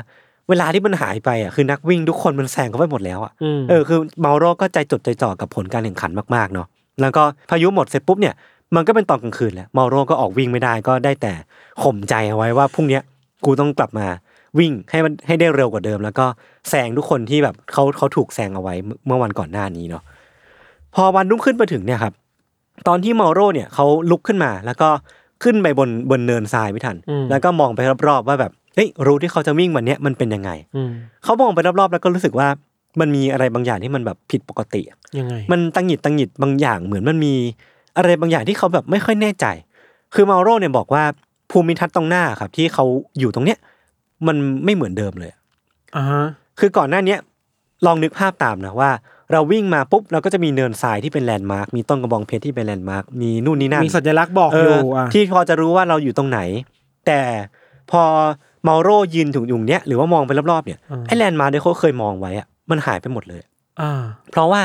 เวลาที่มันหายไปอ่ะคือนักวิ่งทุกคนมันแซงเขาไปหมดแล้วอ่ะ ม เออคือเมาโรก็ใจจดใจจ่อกับผลการแข่งขันมากๆเนาะแล้วก็พายุหมดเสร็จปุ๊บเนี่ยมันก็เป็นตอนกลางคืนแล้วเมาโรก็ออกวิ่งไม่ได้ก็ได้แต่ข่มใจเอาไว้ว่าพรุ่งเนี้ยกูต้องกลับมาวิ่งให้มันให้ได้เร็วกว่าเดิม แล้วก็แซงทุกคนที่แบบเขาเขาถูกแซงเอาไว้เมื่อวันก่อนหน้านี้เนาะพอวันรุ่งขึ้นมาถึงเนี่ยครับตอนที่เมาโรเนี่ยเขาลุกขึ้นมาแล้วก็ขึ้นไปบนบนเนินทรายไม่ทัน แล้วก็มองไปรอบๆว่าแบบเฮ้ยรูทที่เขาจะวิ่งวันเนี้ยมันเป็นยังไง อืม เขามองไปรอบๆแล้วก็รู้สึกว่า มันมีอะไรบางอย่างที่มันแบบผิดปกติอะ ยังไง มันตังหงิดตังหงิดบางอย่างเหมือนมันมีอะไรบางอย่างที่เขาแบบไม่ค่อยแน่ใจ คือมาโรเนี่ยบอกว่าภูมิทัศน์ตรงหน้าครับ ที่เขาอยู่ตรงเนี้ยมันไม่เหมือนเดิมเลย อ่าฮะ คือก่อนหน้าเนี้ยลองนึกภาพตามนะว่า เราวิ่งมาปุ๊บเราก็จะมีเนินทรายที่เป็นแลนด์มาร์คมีต้นกระบองเพชรที่เป็นแลนด์มาร์คมีนู่นนี่นั่น มีสัญลักษณ์บอก เอ อยู่ อ อ่ะ ที่พอจะรู้ว่าเราอยู่ตรงไหน แต่พอเมาโรยืนถึงอยู่เนี้ยหรือว่ามองไปรอบๆเนี่ยไอ้แลนด์มาร์คที่เขาเคยมองไว้อะมันหายไปหมดเลย อ่า เพราะว่า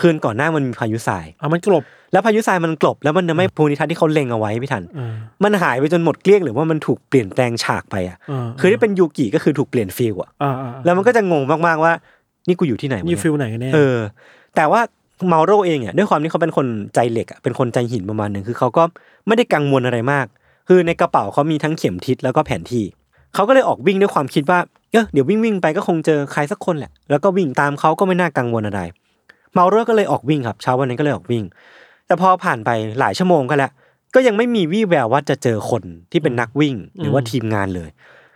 คืนก่อนหน้ามันมีพายุทราย อ่ามันกลบ แล้วพายุทรายมันกลบแล้วมันทำให้ภูมิทัศน์ที่เขาเล็งเอาไว้พี่ทัน อ่า มันหายไปจนหมดเกลี้ยงหรือว่ามันถูกเปลี่ยนแปลงฉากไปอ่ะ อ่า คือที่เป็นยูกิก็คือถูกเปลี่ยนฟิลอะ อ่าอ่า แล้วมันก็จะงงมากๆว่า นี่กูอยู่ที่ไหนวะ นี่ เนี่ย ฟิลไหนกันแน่ เออ แต่ว่าเมาโรเองเนี่ยด้วยความที่เขาเป็นคนใจเหล็กอะเป็นคนใจหินประมาณหนึ่งคือเขาก็ไม่ได้กังวลอะไรมาก คือในกระเป๋าเขามีทั้งเข็มทิศแล้วก็แผนที่เขาก็เลยออกวิ่งด้วยความคิดว่าเออเดี๋ยววิ่งวิ่งๆไปก็คงเจอใครสักคนแหละ แล้วก็วิ่งตามเขาก็ไม่น่ากังวลอะไร เมาโรก็เลยออกวิ่งครับเช้าวันนั้นก็เลยออกวิ่ง แต่พอผ่านไปหลายชั่วโมงก็แล้ว ก็ยังไม่มีวี่แววว่าจะเจอคนที่เป็นนักวิ่งหรือว่าทีมงานเลย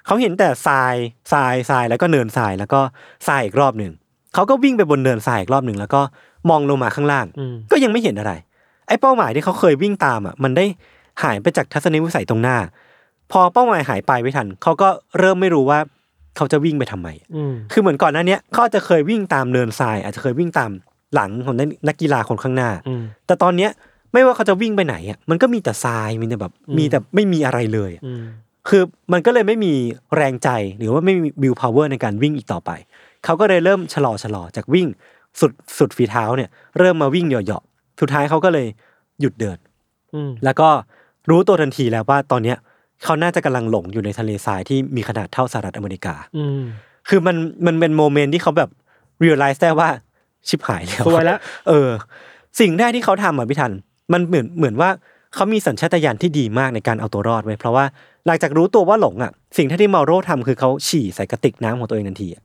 เขาเห็นแต่ทรายทรายทรายแล้วก็เนินทรายแล้วก็ทรายอีกรอบหนึ่งเขาก็วิ่งไปบนเนินทรายอีกรอบหนึ่งแล้วก็มองลงมาข้างล่าง อืม ก็ยังไม่เห็นอะไร ไอ้เป้าหมายที่เขาเคยวิ่งตามอ่ะ มันได้หายไปจากทัศนวิสัยตรงหน้า พอเป้าหมายหายไปไม่ทันเขาก็เริ่มไม่รู้ว่าเขาจะวิ่งไปทำไม อืม คือเหมือนก่อนหน้าเนี้ยเขาอาจจะเคยวิ่งตามเนินทราย อาจจะเคยวิ่งตามหลังของนักกีฬาคนข้างหน้า อืม แต่ตอนเนี้ยไม่ว่าเขาจะวิ่งไปไหนอ่ะมันก็มีแต่ทรายมีแต่แบบ อืม มีแต่ไม่มีอะไรเลย อืม คือมันก็เลยไม่มีแรงใจหรือว่าไม่มีวิวพาวเวอร์ในการวิ่งอีกต่อไป เขาก็เลยเริ่มชะลอชะลอจากวิ่งสุดสุดฝีเท้าเนี่ยเริ่มมาวิ่งเหยาะๆสุดท้ายเขาก็เลยหยุดเดิน อืม แล้วก็รู้ตัวทันทีแล้วว่าตอนเนี้ยเขาน่าจะกำลังหลงอยู่ในทะเลทรายที่มีขนาดเท่าสหรัฐอเมริกา อืม คือมันมันเป็นโมเมนต์ที่เขาแบบเรียลไลซ์ได้ว่าชิบหายแล้ว สวยแล้ว เออ สิ่งแรกที่เขาทำอ่ะพี่ทัน มันเหมือนเหมือนว่าเขามีสัญชาตญาณที่ดีมากในการเอาตัวรอดไว้ยเพราะว่าหลังจากรู้ตัวว่าหลงอ่ะ สิ่งที่เมาโรทำคือเขาฉี่ใส่กระติกน้ำของตัวเองทันทีอะ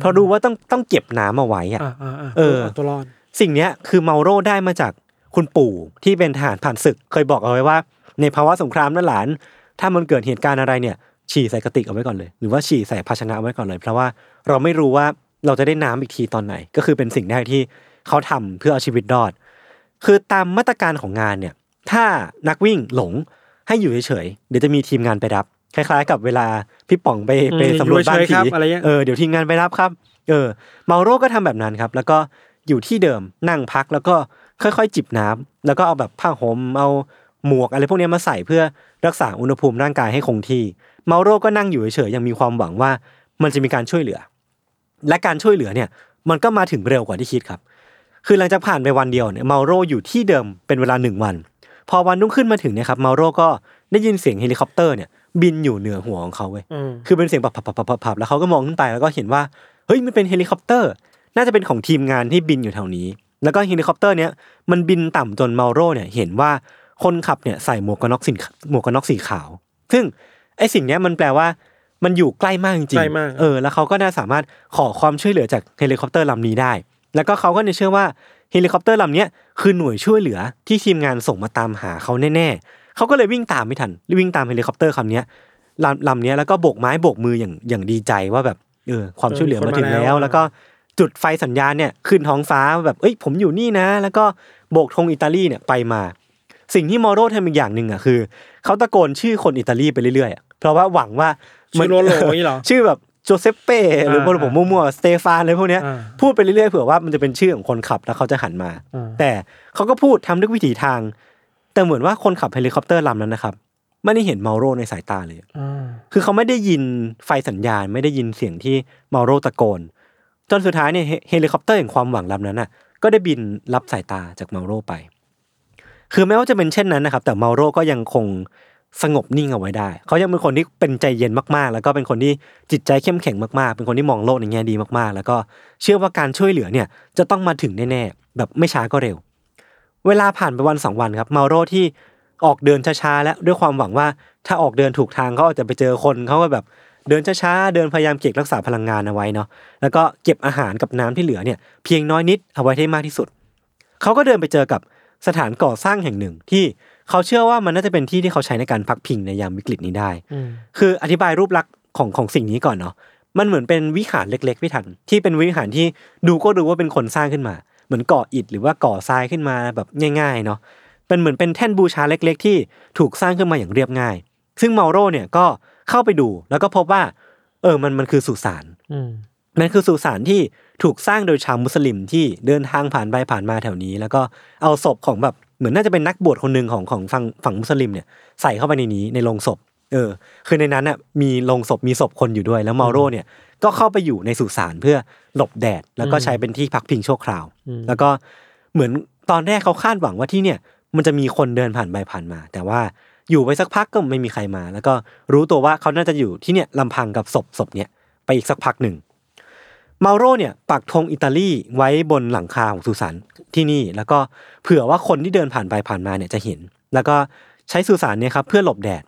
เพราะรู้ว่าต้องต้องเก็บน้ำเอาไว้อ่ะ อ่าอ่าอ่า เออ าตัวรอด สิ่งเนี้ยคือเมาโรได้มาจากคุณปู่ที่เป็นทหารผ่านศึกเคยบอกเอาไว้ว่า ในภาวะสงครามนั่นหลาน ถ้ามันเกิดเหตุการณ์อะไรเนี่ย ฉี่ใส่กระติกเอาไว้ก่อนเลย หรือว่าฉี่ใส่ภาชนะเอาไว้ก่อนเลย เพราะว่าเราไม่รู้ว่าเราจะได้น้ำอีกทีตอนไหน ก็คือเป็นสิ่งแรกที่เขาทำเพื่อเอาชีวิตรอด คือตามมาตรการของงานเนี่ย ถ้านักวิ่งหลงให้อยู่เฉยๆเดี๋ยวจะมีทีมงานไปรับ คล้าย ๆ กับเวลาพี่ป๋องไปไปสำรวจบ้านผี อะไรเงี้ย เออเดี๋ยวทีมงานไปรับครับ เออเมาโร่ก็ทำแบบนั้นครับ แล้วก็อยู่ที่เดิมนั่งพักแล้วก็ค่อยๆ จิบน้ำแล้วก็เอาแบบผ้าห่มเอาหมวกอะไรพวกเนี้ยมาใส่เพื่อรักษาอุณหภูมิร่างกายให้คงที่ เมาโร่ก็นั่งอยู่เฉยๆยังมีความหวังว่ามันจะมีการช่วยเหลือ และการช่วยเหลือเนี่ย มันก็มาถึงเร็วกว่าที่คิดครับ คือหลังจากผ่านไปวันเดียวเนี่ยเมาโร่อยู่ที่เดิมเป็นเวลาหนึ่งวัน พอวันรุ่งขึ้นมาถึงเนี่ยครับเมาโร่ก็ได้ยินเสียงเฮลิคอปเตอร์เนี่ยบินอยู่เหนือหัวของเขาเว้ย อืม คือเป็นเสียงปับปับปับปับปับปับแล้วเขาก็มองขึ้นไปแล้วก็เห็นว่าเฮ้ยมันเป็นเฮลิคอปเตอร์ น่าจะเป็นของทีมงานที่บินอยู่แถวนี้ แล้วก็เฮลิคอปเตอร์เนี้ยมันบินต่ำจนเมาโรเนี่ยเห็นว่าคนขับเนี่ยใส่หมวกกันน็อกสีหมวกกันน็อกสีขาว ซึ่งไอสิ่งเนี้ยมันแปลว่ามันอยู่ใกล้มากจริงๆ ใกล้มาก เออแล้วเขาก็น่าสามารถขอความช่วยเหลือจากเฮลิคอปเตอร์ลำนี้ได้ แล้วก็เขาก็เนี่ยเชื่อว่าเฮลิคอปเตอร์ลำเนี้ยคือหน่วยช่วยเหลือที่ทีมงานส่งมาตามหาเขาแน่ๆเขาก็เลยวิ่งตามไม่ทันวิ่งตามเฮลิคอปเตอร์คำเนี้ยลำลำเนี้ยแล้วก็โบกไม้โบกมืออย่างอย่างดีใจว่าแบบเออความช่วยเหลือมาถึง เออมีคนมาแล้ แล้ว ว แล้วก็จุดไฟสัญญาณเนี่ยขึ้นท้องฟ้าแบบเอ้ยผมอยู่นี่นะ แล้วก็โบกธงอิตาลีเนี่ยไปมา สิ่งที่มอโรทำอีกอย่างหนึ่งอ่ะคือเขาตะโกนชื่อคนอิตาลีไปเรื่อยๆอะเพราะว่าหวังว่า ชื่ มั อโลโลอย่างนี้เหรอ ชื่อแบบโจเซปเป้หรือ อ่า คนผมมั่วๆสเตฟานอะไรพวกเนี้ย อ่า พูดไปเรื่อยๆเผื่อว่ามันจะเป็นชื่อของคนขับแล้วเขาจะหันมา อ่า แต่เขาก็พูดทำด้วยวิถีทาง แต่เหมือนว่าคนขับเฮลิคอปเตอร์ลำนั้นนะครับไม่ได้เห็นเมาโรในสายตาเลย อ่า คือเขาไม่ได้ยินไฟสัญญาณ ไม่ได้ยินเสียงที่เมาโรตะโกน จนสุดท้ายเนี่ยเฮเฮลิคอปเตอร์แห่งความหวังลำนั้นน่ะก็ได้บินรับสายตาจากเมาโรไป คือแม้ว่าจะเป็นเช่นนั้นนะครับ แต่เมาโรก็ยังคงสงบนิ่งเอาไว้ได้ เขายังเป็นคนที่เป็นใจเย็นมากๆ แล้วก็เป็นคนที่จิตใจเข้มแข็งมากๆ เป็นคนที่มองโลกในแง่ดีมากๆ แล้วก็เชื่อว่าการช่วยเหลือเนี่ยจะต้องมาถึงแน่ๆแบบไม่ช้าก็เร็ว เวลาผ่านไปวันสองวันครับเมาโรที่ออกเดินช้าๆแล้วด้วยความหวังว่าถ้าออกเดินถูกทางเขาอาจจะไปเจอคนเขาก็แบบเดินช้าๆเดินพยายามเก็บรักษาพลังงานเอาไว้เนาะแล้วก็เก็บอาหารกับน้ำที่เหลือเนี่ยเพียงน้อยนิดเอาไว้ให้มากที่สุด เขาก็เดินไปเจอกับสถานก่อสร้างแห่งหนึ่งที่เขาเชื่อว่ามันน่าจะเป็นที่ที่เขาใช้ในการพักพิงในยามวิกฤตนี้ได้ อืม คืออธิบายรูปลักษณ์ของของสิ่งนี้ก่อนเนาะ มันเหมือนเป็นวิหารเล็กๆพี่ทัน ที่เป็นวิหารที่ดูก็ดูว่าเป็นคนสร้างขึ้นมา เหมือนก่ออิฐหรือว่าก่อทรายขึ้นมาแบบง่ายๆเนาะเป็นเหมือนเป็นแท่นบูชาเล็ก ๆ ที่ถูกสร้างขึ้นมาอย่างเรียบง่าย ซึ่งเมาโรเนี่ยก็เข้าไปดูแล้วก็พบว่า เออมันมันคือสุสาน อืม มันคือสุสานที่ถูกสร้างโดยชาวมุสลิมที่เดินทางผ่านไปผ่านมาแถวนี้ แล้วก็เอาศพของแบบเหมือนน่าจะเป็นนักบวชคนหนึ่งของของฝั่งฝั่งมุสลิมเนี่ยใส่เข้าไปในนี้ในโลงศพ เออ คือในนั้นน่ะมีโลงศพมีศพคนอยู่ด้วย แล้วเมาโรเนี่ยก็เข้าไปอยู่ในสุสานเพื่อหลบแดด แล้วก็ใช้เป็นที่พักพิงชั่วคราว อืม แล้วก็เหมือนตอนแรกเขาคาดหวังว่าที่เนี่ยมันจะมีคนเดินผ่านไปผ่านมา แต่ว่าอยู่ไปสักพักก็ไม่มีใครมา แล้วก็รู้ตัวว่าเขาน่าจะอยู่ที่เนี่ยลำพังกับศพศพเนี่ยไปอีกสักพักหนึ่ง เมาโรเนี่ยปักธงอิตาลีไว้บนหลังคาของสุสานที่นี่ แล้วก็เผื่อว่าคนที่เดินผ่านไปผ่านมาเนี่ยจะเห็น แล้วก็ใช้สุสานเนี่ยครับเพื่อหลบแดด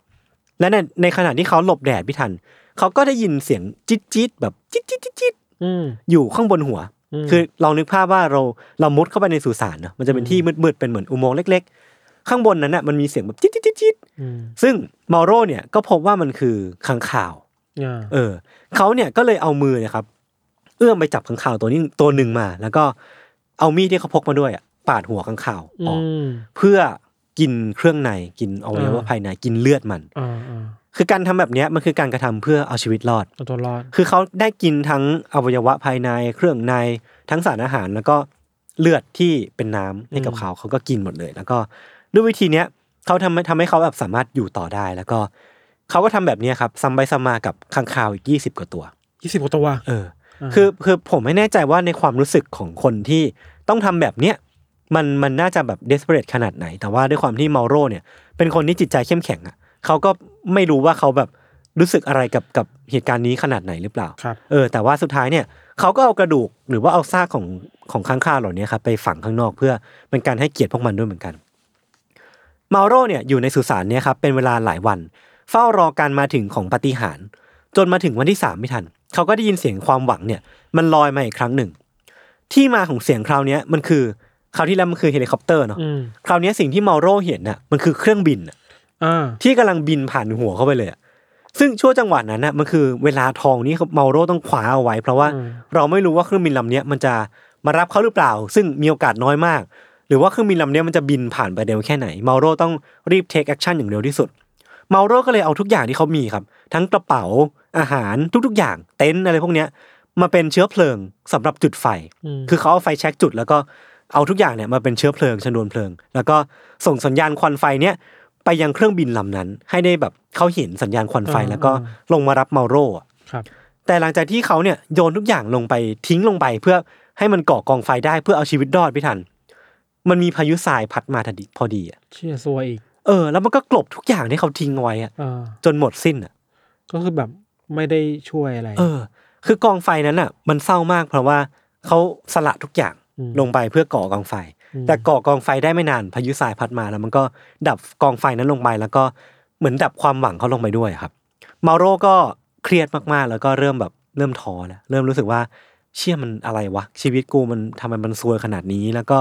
และในในขณะที่เขาหลบแดดพี่ทันเขาก็ได้ยินเสียงจิ๊ดจิ๊ดแบบจิ๊ดจิ๊ดจิ๊ดจิ๊ด อืม อยู่ข้างบนหัว อืม คือลองนึกภาพว่าเราเรามุดเข้าไปในสุสานเนอะมันจะเป็นที่มืดๆเป็นเหมือนอุโมงค์เล็ก ๆ ข้างบนนั้นน่ะมันมีเสียงแบบจิ๊ดจิ๊ดจิ๊ดจิ๊ด อืม ซึ่งเมาโรเนี่ยก็พบว่ามันคือขังข่าว อ่า เออเขาเนี่ยก็เลยเอามือเนะครับ เอื้อมไปจับข้างข่าวตัวนี้ตัวหนึ่งมา แล้วก็เอามีดที่เขาพกมาด้วยอะปาดหัวข้างข่าวออก ม เพื่อกินเครื่องในกินอวัยวะ อ่า ภายในกินเลือดมัน อ่าอ่า คือการทำแบบเนี้ยมันคือการกระทำเพื่อเอาชีวิตรอด เอาตัวรอด คือเขาได้กินทั้งอวัยวะภายในเครื่องในทั้งสารอาหารแล้วก็เลือดที่เป็นน้ำให้กับ อืม เขาเขาก็กินหมดเลย แล้วก็ด้วยวิธีเนี้ยเขาทำให้ทำให้เขาแบบสามารถอยู่ต่อได้แล้วก็เขาก็ทำแบบเนี้ยครับซ้ำไปซ้ำมากับข้างข่าวอีกยี่สิบกว่าตัว ยี่สิบกว่าตัว เออ อ่า คือคือผมไม่แน่ใจว่าในความรู้สึกของคนที่ต้องทำแบบเนี้ยมันมันน่าจะแบบ desperate ขนาดไหน แต่ว่าด้วยความที่เมาโรเนี่ย เป็นคนที่จิตใจเข้มแข็งอ่ะเขาก็ไม่รู้ว่าเขาแบบรู้สึกอะไรกับกับเหตุการณ์นี้ขนาดไหนหรือเปล่า ครับ เออแต่ว่าสุดท้ายเนี่ยเขาก็เอากระดูกหรือว่าเอาซากของของค้างคาวเหล่านี้ครับไปฝังข้างนอกเพื่อเป็นการให้เกียรติพวกมันด้วยเหมือนกันเมาโรเนี่ยอยู่ในสุสานเนี่ยครับเป็นเวลาหลายวัน เฝ้ารอการมาถึงของปาฏิหารย์จนมาถึงวันที่สามไม่ทัน เขาก็ได้ยินเสียงความหวังเนี่ย มันลอยมาอีกครั้งหนึ่ง ที่มาของเสียงคราวเนี้ยมันคือคราวที่แล้วมันคือเฮลิคอปเตอร์เนาะ อืม คราวเนี้ยสิ่งที่เมาโรเห็นน่ะมันคือเครื่องบินน่ะ อ่า ที่กำลังบินผ่านหัวเข้าไปเลยอะซึ่งช่วงจังหวะนั้นน่ะมันคือเวลาทองนี้เมาโรต้องคว้าเอาไว้ เพราะว่าเราไม่รู้ว่าเครื่องบินลำเนี้ยมันจะมารับเขาหรือเปล่า ซึ่งมีโอกาสน้อยมาก หรือว่าเครื่องบินลำเนี้ยมันจะบินผ่านไปเร็วแค่ไหน เมาโรต้องรีบเทคแอคชั่นอย่างเร็วที่สุด เมาโรก็เลยเอาทุกอย่างที่เขามีครับ ทั้งกระเป๋าอาหารทุกๆ อย่างเต็นท์อะไรพวกเนี้ยมาเป็นเชื้อเพลิงสำหรับจุดไฟ คือเขาเอาไฟแช็กจุดแล้วก็เอาทุกอย่างเนี่ยมาเป็นเชื้อเพลิงชนวนเพลิง แล้วก็ส่งสัญญาณควันไฟเนี่ยไปยังเครื่องบินลำนั้น ให้ได้แบบเขาเห็นสัญญาณควันไฟแล้วก็ลงมารับเมาโร่อะ ครับ แต่หลังจากที่เขาเนี่ยโยนทุกอย่างลงไปทิ้งลงไป เพื่อให้มันก่อกองไฟได้เพื่อเอาชีวิตรอดพี่ทัน มันมีพายุทรายพัดมาทันทีพอดีอะ เชี่ยซวยอีก เออแล้วมันก็กลบทุกอย่างที่เขาทิ้งเอาไว้อะ อ่า จนหมดสิ้นอะ ก็คือแบบไม่ได้ช่วยอะไร เออ คือกองไฟนั้นอ่ะ มันเศร้ามากเพราะว่าเขาสละทุกอย่าง อืม ลงไปเพื่อก่อกองไฟ แต่ก่อกองไฟได้ไม่นานพายุทรายพัดมาแล้วมันก็ดับกองไฟนั้นลงไปแล้วก็เหมือนดับความหวังเขาลงไปด้วยครับ มาโร่ก็เครียดมากๆ แล้วก็เริ่มแบบเริ่มท้อแล้วเริ่มรู้สึกว่าเชี่ยมันอะไรวะ ชีวิตกูมันทำไมมันซวยขนาดนี้ แล้วก็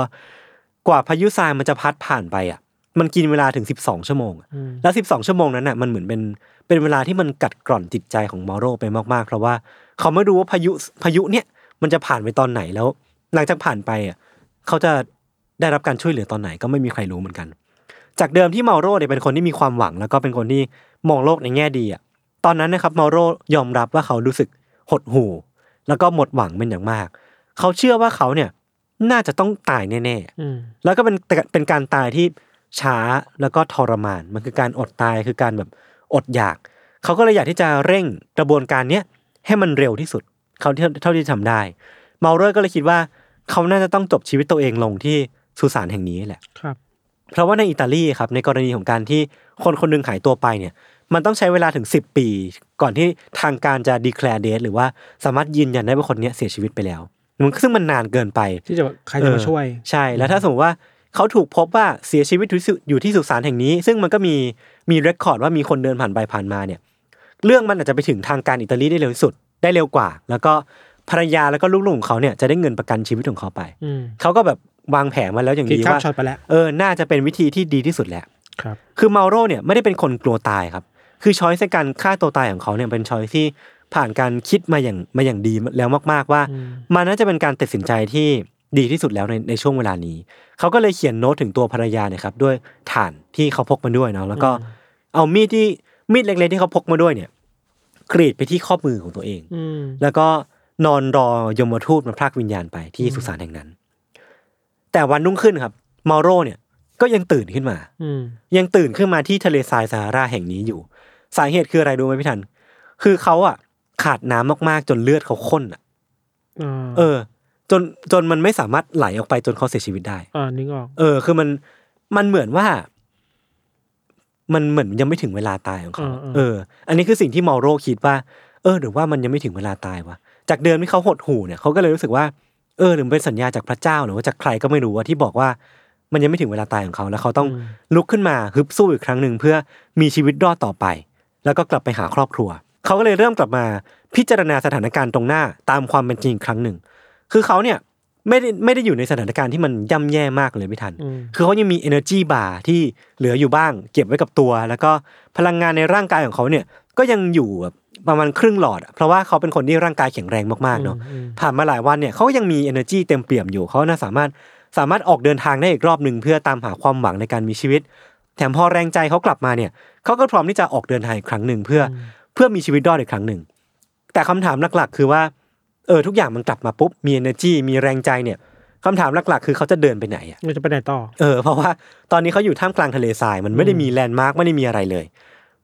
กว่าพายุทรายมันจะพัดผ่านไปอ่ะ มันกินเวลาถึง 12 ชั่วโมงอะ ม แล้ว 12 ชั่วโมงนั้นน่ะมันเหมือนเป็นเป็นเวลาที่มันกัดกร่อนจิตใจของมาโรไปมากๆ เพราะว่าเขาไม่รู้ว่าพายุพายุเนี่ยมันจะผ่านไปตอนไหนแล้ว หลังจากผ่านไปอ่ะเขาจะได้รับการช่วยเหลือตอนไหนก็ไม่มีใครรู้เหมือนกัน จากเดิมที่มาโรเนี่ยเป็นคนที่มีความหวัง แล้วก็เป็นคนที่มองโลกในแง่ดีอ่ะตอนนั้นนะครับมาโรยอมรับว่าเขารู้สึกหดหู่ แล้วก็หมดหวังเป็นอย่างมาก เขาเชื่อว่าเขาเนี่ยน่าจะต้องตายแน่ๆ อืม แล้วก็เป็นแต่เป็นการตายที่ช้าแล้วก็ทรมาน มันคือการอดตายคือการแบบอดอยาก เขาก็เลยอยากที่จะเร่งกระบวนการเนี้ยให้มันเร็วที่สุด เขาเท่าเท่าที่ทำได้เมาเรอร์ก็เลยคิดว่า เขาน่าจะต้องจบชีวิตตัวเองลงที่สุสานแห่งนี้แหละ ครับ เพราะว่าในอิตาลีครับในกรณีของการที่คนคนหนึงหายตัวไปเนี่ย มันต้องใช้เวลาถึง 10 ปี ก่อนที่ทางการจะดีแคลร์เดทหรือว่าสามารถยืนยันได้ว่าคนเนี้ยเสียชีวิตไปแล้วมันซึ่งมันนานเกินไป ที่จะแบบใครจะมาช่วย ใช่แล้วถ้าสมมติว่าเขาถูกพบว่าเสียชีวิตอยู่ที่สุอยู่ที่สุสานแห่งนี้ ซึ่งมันก็มีมีเรคคอร์ดว่ามีคนเดินผ่านไปผ่านมาเนี่ยเรื่องมันอาจจะไปถึงทางการอิตาลีได้เร็วที่สุดได้เร็วกว่า แล้วก็ภรรยาแล้วก็ลูกๆของเขาเนี่ยจะได้เงินประกันชีวิตของเขาไป อืม เขาก็แบบวางแผนมาแล้วอย่าง กิน ดี ข้าว ว่า ช็อตไปแล้ว เออน่าจะเป็นวิธีที่ดีที่สุดแหละ ครับ คือเมาโรเนี่ยไม่ได้เป็นคนกลัวตายครับ คือช้อยส์ในการฆ่าตัวตายของเขาเนี่ยเป็นช้อยที่ผ่านการคิดมาอย่างมาอย่างดีแล้วมาก ๆ ว่า อืม มันน่าจะเป็นการตัดสินใจที่ดีที่สุดแล้วในในช่วงเวลานี้ เขาก็เลยเขียนโน้ตถึงตัวภรรยาเนี่ยครับด้วยฐานที่เขาพกมาด้วยเนาะแล้วก็เอามีดที่มีดเล็กๆที่เขาพกมาด้วยเนี่ยกรีดไปที่ข้อมือของตัวเอง อืม แล้วก็นอนรอยมทูตมาพรากวิญญาณไปที่สุสานแห่งนั้น แต่วันรุ่งขึ้นครับมาโรเนี่ยก็ยังตื่นขึ้นมา อืม ยังตื่นขึ้นมาที่ทะเลทรายซาฮาราแห่งนี้อยู่ สาเหตุคืออะไรรู้ไหมพี่ทัน คือเขาอ่ะ ขาดน้ำมากๆจนเลือดเขาข้นอ่ะ อ่า เออ จนจนมันไม่สามารถไหลออกไปจนเขาเสียชีวิตได้ อ่านึกออก เออ คือมันมันเหมือนว่า มันเหมือนยังไม่ถึงเวลาตายของเขาอะเออ อันนี้คือสิ่งที่เมาโรคิดว่า เออ หรือว่ามันยังไม่ถึงเวลาตายวะจากเดิมที่เขาหดหู่เนี่ยเขาก็เลยรู้สึกว่า เออหรือมันเป็นสัญญาจากพระเจ้าหรือว่าจากใครก็ไม่รู้ว่าที่บอกว่า มันยังไม่ถึงเวลาตายของเขา แล้วเขาต้องลุกขึ้นมาฮึบสู้อีกครั้งหนึ่งเพื่อมีชีวิตรอดต่อไป แล้วก็กลับไปหาครอบครัว เขาก็เลยเริ่มกลับมาพิจารณาสถานการณ์ตรงหน้าตามความเป็นจริงอีกครั้งหนึ่ง คือเขาเนี่ยไม่ได้ไม่ได้อยู่ในสถานการณ์ที่มันย่ำแย่มากเลยไม่ทัน อืม คือเขายังมี energy bar ที่เหลืออยู่บ้าง เก็บไว้กับตัว แล้วก็พลังงานในร่างกายของเขาเนี่ยก็ยังอยู่แบบประมาณครึ่งหลอดอะเพราะว่าเขาเป็นคนที่ร่างกายแข็งแรงมากๆเนาะผ่านมาหลายวันเนี่ยเขายังมี energy เต็มเปี่ยมอยู่เขาน่าสามารถสามารถออกเดินทางได้อีกรอบหนึ่งเพื่อตามหาความหวังในการมีชีวิต แถมพอแรงใจเขากลับมาเนี่ยเขาก็พร้อมที่จะออกเดินทางอีกครั้งหนึ่งเพื่ออเพื่อมีชีวิตรอดอีกครั้งหนึ่ง แต่คำถามหลักๆ คือว่าเออทุกอย่างมันกลับมาปุ๊บมี energy มีแรงใจเนี่ยคำถามหลักๆ คือเขาจะเดินไปไหนอะ มันจะไปไหนต่อ เออเพราะว่าตอนนี้เขาอยู่ท่ามกลางทะเลทรายมันไม่ได้มีแลนด์มาร์กไม่ได้มีอะไรเลย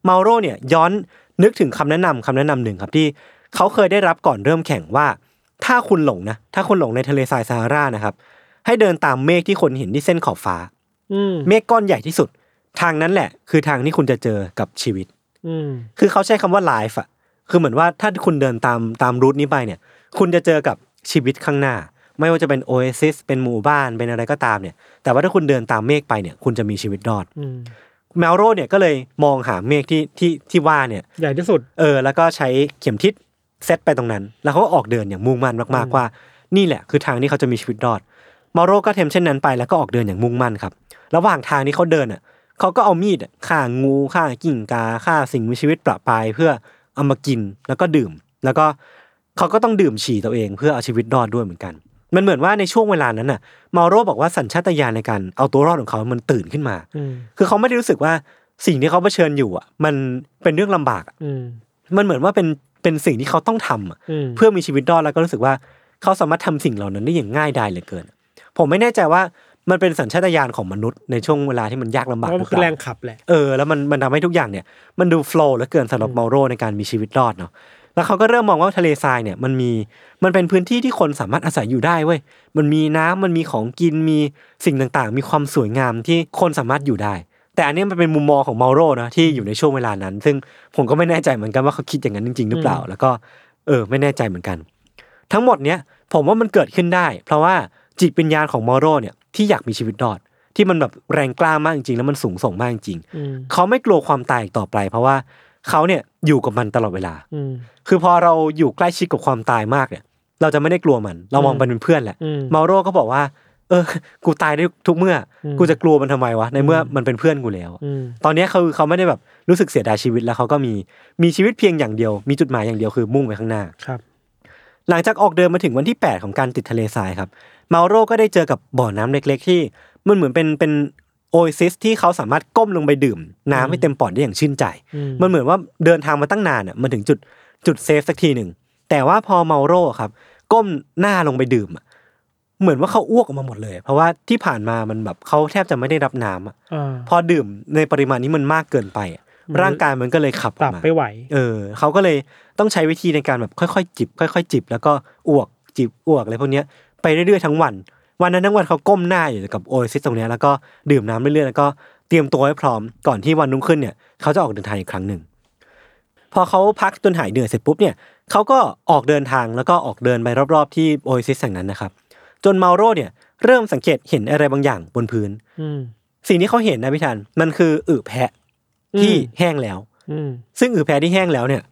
เมาโรเนี่ยย้อนนึกถึงคำแนะนำคำแนะนำหนึ่งครับที่เขาเคยได้รับก่อนเริ่มแข่งว่า ถ้าคุณหลงนะ ถ้าคุณหลงในทะเลทรายซาฮารานะครับ ให้เดินตามเมฆที่คนเห็นที่เส้นขอบฟ้า อืม เมฆก้อนใหญ่ที่สุด ทางนั้นแหละ คือทางที่คุณจะเจอกับชีวิต อืม คือเขาใช้คำว่าไลฟ์อะคือเหมือนว่าถ้าคุณเดินตามตามรูทนี้ไปเนี่ย คุณจะเจอกับชีวิตข้างหน้า ไม่ว่าจะเป็นโอเอซิสเป็นหมู่บ้านเป็นอะไรก็ตามเนี่ย แต่ว่าถ้าคุณเดินตามเมฆไปเนี่ย คุณจะมีชีวิตรอด อืม แมวโรเนี่ยก็เลยมองหาเมฆที่ที่ที่ว่าเนี่ย ใหญ่ที่สุด เออ แล้วก็ใช้เข็มทิศเซตไปตรงนั้น แล้วเขาก็ออกเดินอย่างมุ่งมั่นมากๆว่า นี่แหละคือทางที่เขาจะมีชีวิตรอดมาโรก็เทมเช่นนั้นไปแล้วก็ออกเดินอย่างมุ่งมั่นครับ ระหว่างทางที่เขาเดินอ่ะเขาก็เอามีดอะฆ่างูฆ่ากิ่งกาฆ่าสิ่งมีชีวิตประปรายเพื่อเอามากินแล้วก็ดื่ม แล้วก็เขาก็ต้องดื่มฉี่ตัวเองเพื่อเอาชีวิตรอดด้วยเหมือนกัน มันเหมือนว่าในช่วงเวลานั้นน่ะมาโรบอกว่าสัญชาตญาณในการเอาตัวรอดของเขามันตื่นขึ้นมา อืม คือเขาไม่ได้รู้สึกว่าสิ่งที่เขาเผชิญอยู่อ่ะ มันเป็นเรื่องลำบากอะ อืม มันเหมือนว่าเป็นเป็นสิ่งที่เขาต้องทำอะ อืม เพื่อมีชีวิตรอดแล้วก็รู้สึกว่าเขาสามารถทำสิ่งเหล่านั้นได้อย่างง่ายดายเหลือเกิน ผมไม่แน่ใจว่ามันเป็นสัญชาตญาณของมนุษย์ในช่วงเวลาที่มันยากลำ เพ บาก ราะ หรืมัน อ คื เป อแร ล่าง ขับแหละ เออแล้วมันมันทำให้ทุกอย่างเนี่ย มันดูโฟล์เหลือเกินสำหรับเมาโรในการมีชีวิตรอดเนาะแล้วเขาก็เริ่มมองว่าทะเลทรายเนี่ยมันมีมันเป็นพื้นที่ที่คนสามารถอาศัยอยู่ได้เว้ยมันมีน้ำมันมีของกินมีสิ่งต่างๆ มีความสวยงามที่คนสามารถอยู่ได้ แต่อันเนี้ยมันเป็นมุมมองของเมาโรนะที่อยู่ในช่วงเวลานั้น ซึ่งผมก็ไม่แน่ใจเหมือนกันว่าเขาคิดอย่างนั้นจริง ๆ หรือเปล่า แล้วก็เออไม่แน่ใจเหมือนกัน ทั้งหมดเนี้ยผมว่ามันเกิดขึ้นได้ เพราะว่าจิตวิญญาณของเมาโรเนี่ยที่อยากมีชีวิตรอด ที่มันแบบแรงกล้ามากจริงๆแล้วมันสูงส่งมากจริงๆ อืม เขาไม่กลัวความตายอีกต่อไป เพราะว่าเขาเนี่ยอยู่กับมันตลอดเวลา อืม คือพอเราอยู่ใกล้ชิดกับความตายมากเนี่ย เราจะไม่ได้กลัวมัน เรามองมันเป็นเพื่อนแหละ อืม เมาโรก็บอกว่า เออ กูตายได้ทุกเมื่ออ ม กูจะกลัวมันทำไมวะในเมื่อมันเป็นเพื่อนกูแล้ว อืม ตอนเนี้ยเขาเขาไม่ได้แบบรู้สึกเสียดายชีวิตแล้วเขาก็มีมีชีวิตเพียงอย่างเดียว มีจุดหมายอย่างเดียวคือมุ่งไปข้างหน้า ครับ หลังจากออกเดินมาถึงวันที่ 8 ของการติดทะเลทรายครับ เมาโรก็ได้เจอกับบ่อน้ำเล็ก ๆ ที่มันเหมือนเป็นเป็นโอเอซิสที่เขาสามารถก้มลงไปดื่ม น้ำให้เต็มปอดได้อย่างชื่นใจ มันเหมือนว่าเดินทางมาตั้งนานอ่ะมันถึงจุดจุดเซฟสักทีหนึ่ง แต่ว่าพอเมาโรครับ ก้มหน้าลงไปดื่มอะเหมือนว่าเขาอ้วกออกมาหมดเลย เพราะว่าที่ผ่านมามันแบบเขาแทบจะไม่ได้รับน้ำอะ อ่า พอดื่มในปริมาณนี้มันมากเกินไปอะร่างกายมันก็เลยขับออปรั ก บ มา ไปไหว เออเขาก็เลยต้องใช้วิธีในการแบบค่อยๆจิบ ค่อยๆจิบ แล้วก็อ้วกจิบอ้วกอะไรพวกเนี้ยไปเรื่อยๆทั้งวัน วันนั้นทั้งวันเขาก้มหน้าอยู่กับโอเอซิสตรงเนี้ยแล้วก็ดื่มน้ำเรื่อยๆแล้วก็เตรียมตัวให้พร้อมก่อนที่วันรุ่งขึ้นเนี่ยเขาจะออกเดินทางอีกครั้งหนึ่ง พอเขาพักจนหายเหนื่อยเสร็จปุ๊บเนี่ยเขาก็ออกเดินทางแล้วก็ออกเดินไปรอบๆที่โอเอซิสแห่งนั้นนะครับ จนเมาโรเนี่ยเริ่มสังเกตเห็นอะไรบางอย่างบนพื้น อืม สิ่งที่เขาเห็นนะพี่ทันมันคืออึแพะที่ อืม แห้งแล้ว อืม ซึ่งอือแพที่แห้งแล้วเนี่ย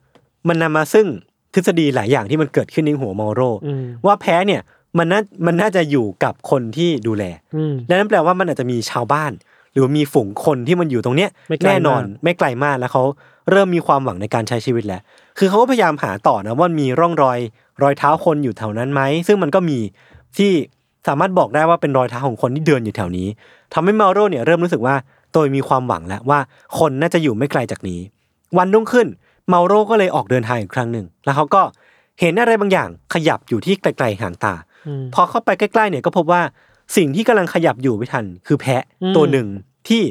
มันนำมาซึ่งทฤษฎีหลายอย่างที่มันเกิดขึ้นในหัวเมาโร อืม ว่าแพ้เนี่ยมันน่ามันน่าจะอยู่กับคนที่ดูแล อืม และนั่นแปลว่ามันอาจจะมีชาวบ้าน หรือมีฝูงคนที่มันอยู่ตรงเนี้ย ไม่ไกลมาก แน่นอนไม่ไกลมากแล้วเขาเริ่มมีความหวังในการใช้ชีวิตแล้ว คือเขาก็พยายามหาต่อนะว่ามีร่องรอยรอยเท้าคนอยู่แถวนั้นไหมซึ่งมันก็มีที่สามารถบอกได้ว่าเป็นรอยเท้าของคนที่เดินอยู่แถวนี้ทำให้มาโรเนี่ยเริ่มรู้สึกว่าตัวเองมีความหวังแล้วว่าคนน่าจะอยู่ไม่ไกลจากนี้ วันรุ่งขึ้นเมาโรก็เลยออกเดินทางอีกครั้งหนึ่ง แล้วเขาก็เห็นอะไรบางอย่างขยับอยู่ที่ไกลๆห่างตา อืม พอเข้าไปใกล้ๆเนี่ยก็พบว่าสิ่งที่กำลังขยับอยู่ไม่ทัน คือแพะ อืม ตัวหนึ่งที่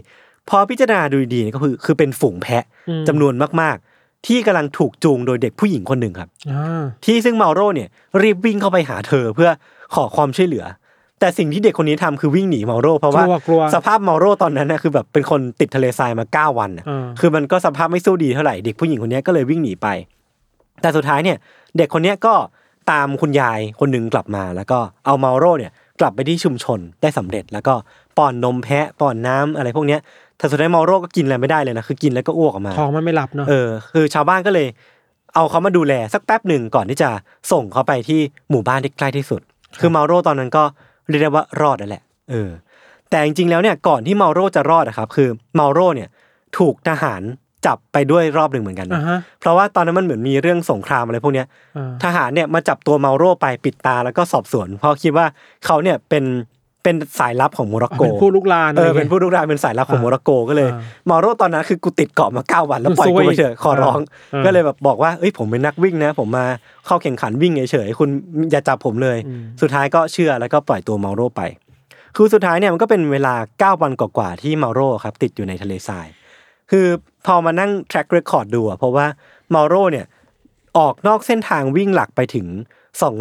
พอพิจารณาดูดีๆเนี่ยก็คือคือเป็นฝูงแพะจำนวนมากๆ ที่กำลังถูกจูงโดยเด็กผู้หญิงคนหนึ่งครับ อ่า ที่ซึ่งเมาโรเนี่ยรีบวิ่งเข้าไปหาเธอเพื่อขอความช่วยเหลือ แต่สิ่งที่เด็กคนนี้ทำคือวิ่งหนีเมาโรเพราะ ก ว่า ลัวกลัว สภาพเมาโรตอนนั้นนะคือแบบเป็นคนติดทะเลทรายมาเก้าวันน่ะ เออ คือมันก็สภาพไม่สู้ดีเท่าไหร่เด็กผู้หญิงคนเนี้ยก็เลยวิ่งหนีไป แต่สุดท้ายเนี่ย เด็กคนเนี้ยก็ตามคุณยายคนหนึ่งกลับมา แล้วก็เอาเมาโรเนี่ยกลับไปที่ชุมชนได้สำเร็จ แล้วก็ป้อนนมแพะป้อนน้ำอะไรพวกเนี้ยแต่สุดท้ายเมาโรก็กินอะไรไม่ได้เลยนะคือกินแล้วก็อ้วกออกมา ท้องมันไม่หลับเนาะ เออคือชาวบ้านก็เลย เอาเขามาดูแลสักแป๊บหนึ่งก่อนที่จะส่งเขาไปที่หมู่บ้านที่ใกล้ที่สุด คือเมาโรตอนนั้นก็เรียกได้ว่ารอดแล้วแหละเออ แต่จริงๆแล้วเนี่ยก่อนที่เมาโรจะรอดอะครับ คือเมาโรเนี่ยถูกทหารจับไปด้วยรอบหนึ่งเหมือนกันนะ อ่าฮะ เพราะว่าตอนนั้นมันเหมือนมีเรื่องสงครามอะไรพวกเนี้ย อ่า ทหารเนี่ยมาจับตัวเมาโรไปปิดตาแล้วก็สอบสวน เพราะคิดว่าเขาเนี่ยเป็นเป็นสายลับของโมร็อกโก เป็นผู้ลุกลาน เออ อะไร เป็ งี้ น ย ผู้ลุกรานเป็นสายลับของ อ่า โมร็อกโกก็เลย อ่า มาโรตอนนั้นคือกูติดเกาะมาเก้าวันแล้วปล่อย ซวย กูไปเถอะขอร้อง อ่า ก็เลยแบบบอกว่าเอ้ยผมเป็นนักวิ่งนะ ผมมาเข้าแข่งขันวิ่งเฉยๆคุณอย่าจับผมเลย อืม สุดท้ายก็เชื่อแล้วก็ปล่อยตัวมาโรไป คือสุดท้ายเนี่ยมันก็เป็นเวลาเก้าวันกว่าๆที่มาโรครับติดอยู่ในทะเลทราย คือพอมานั่ง track record ดูอะเพราะว่ามาโรเนี่ยออกนอกเส้นทางวิ่งหลักไปถึง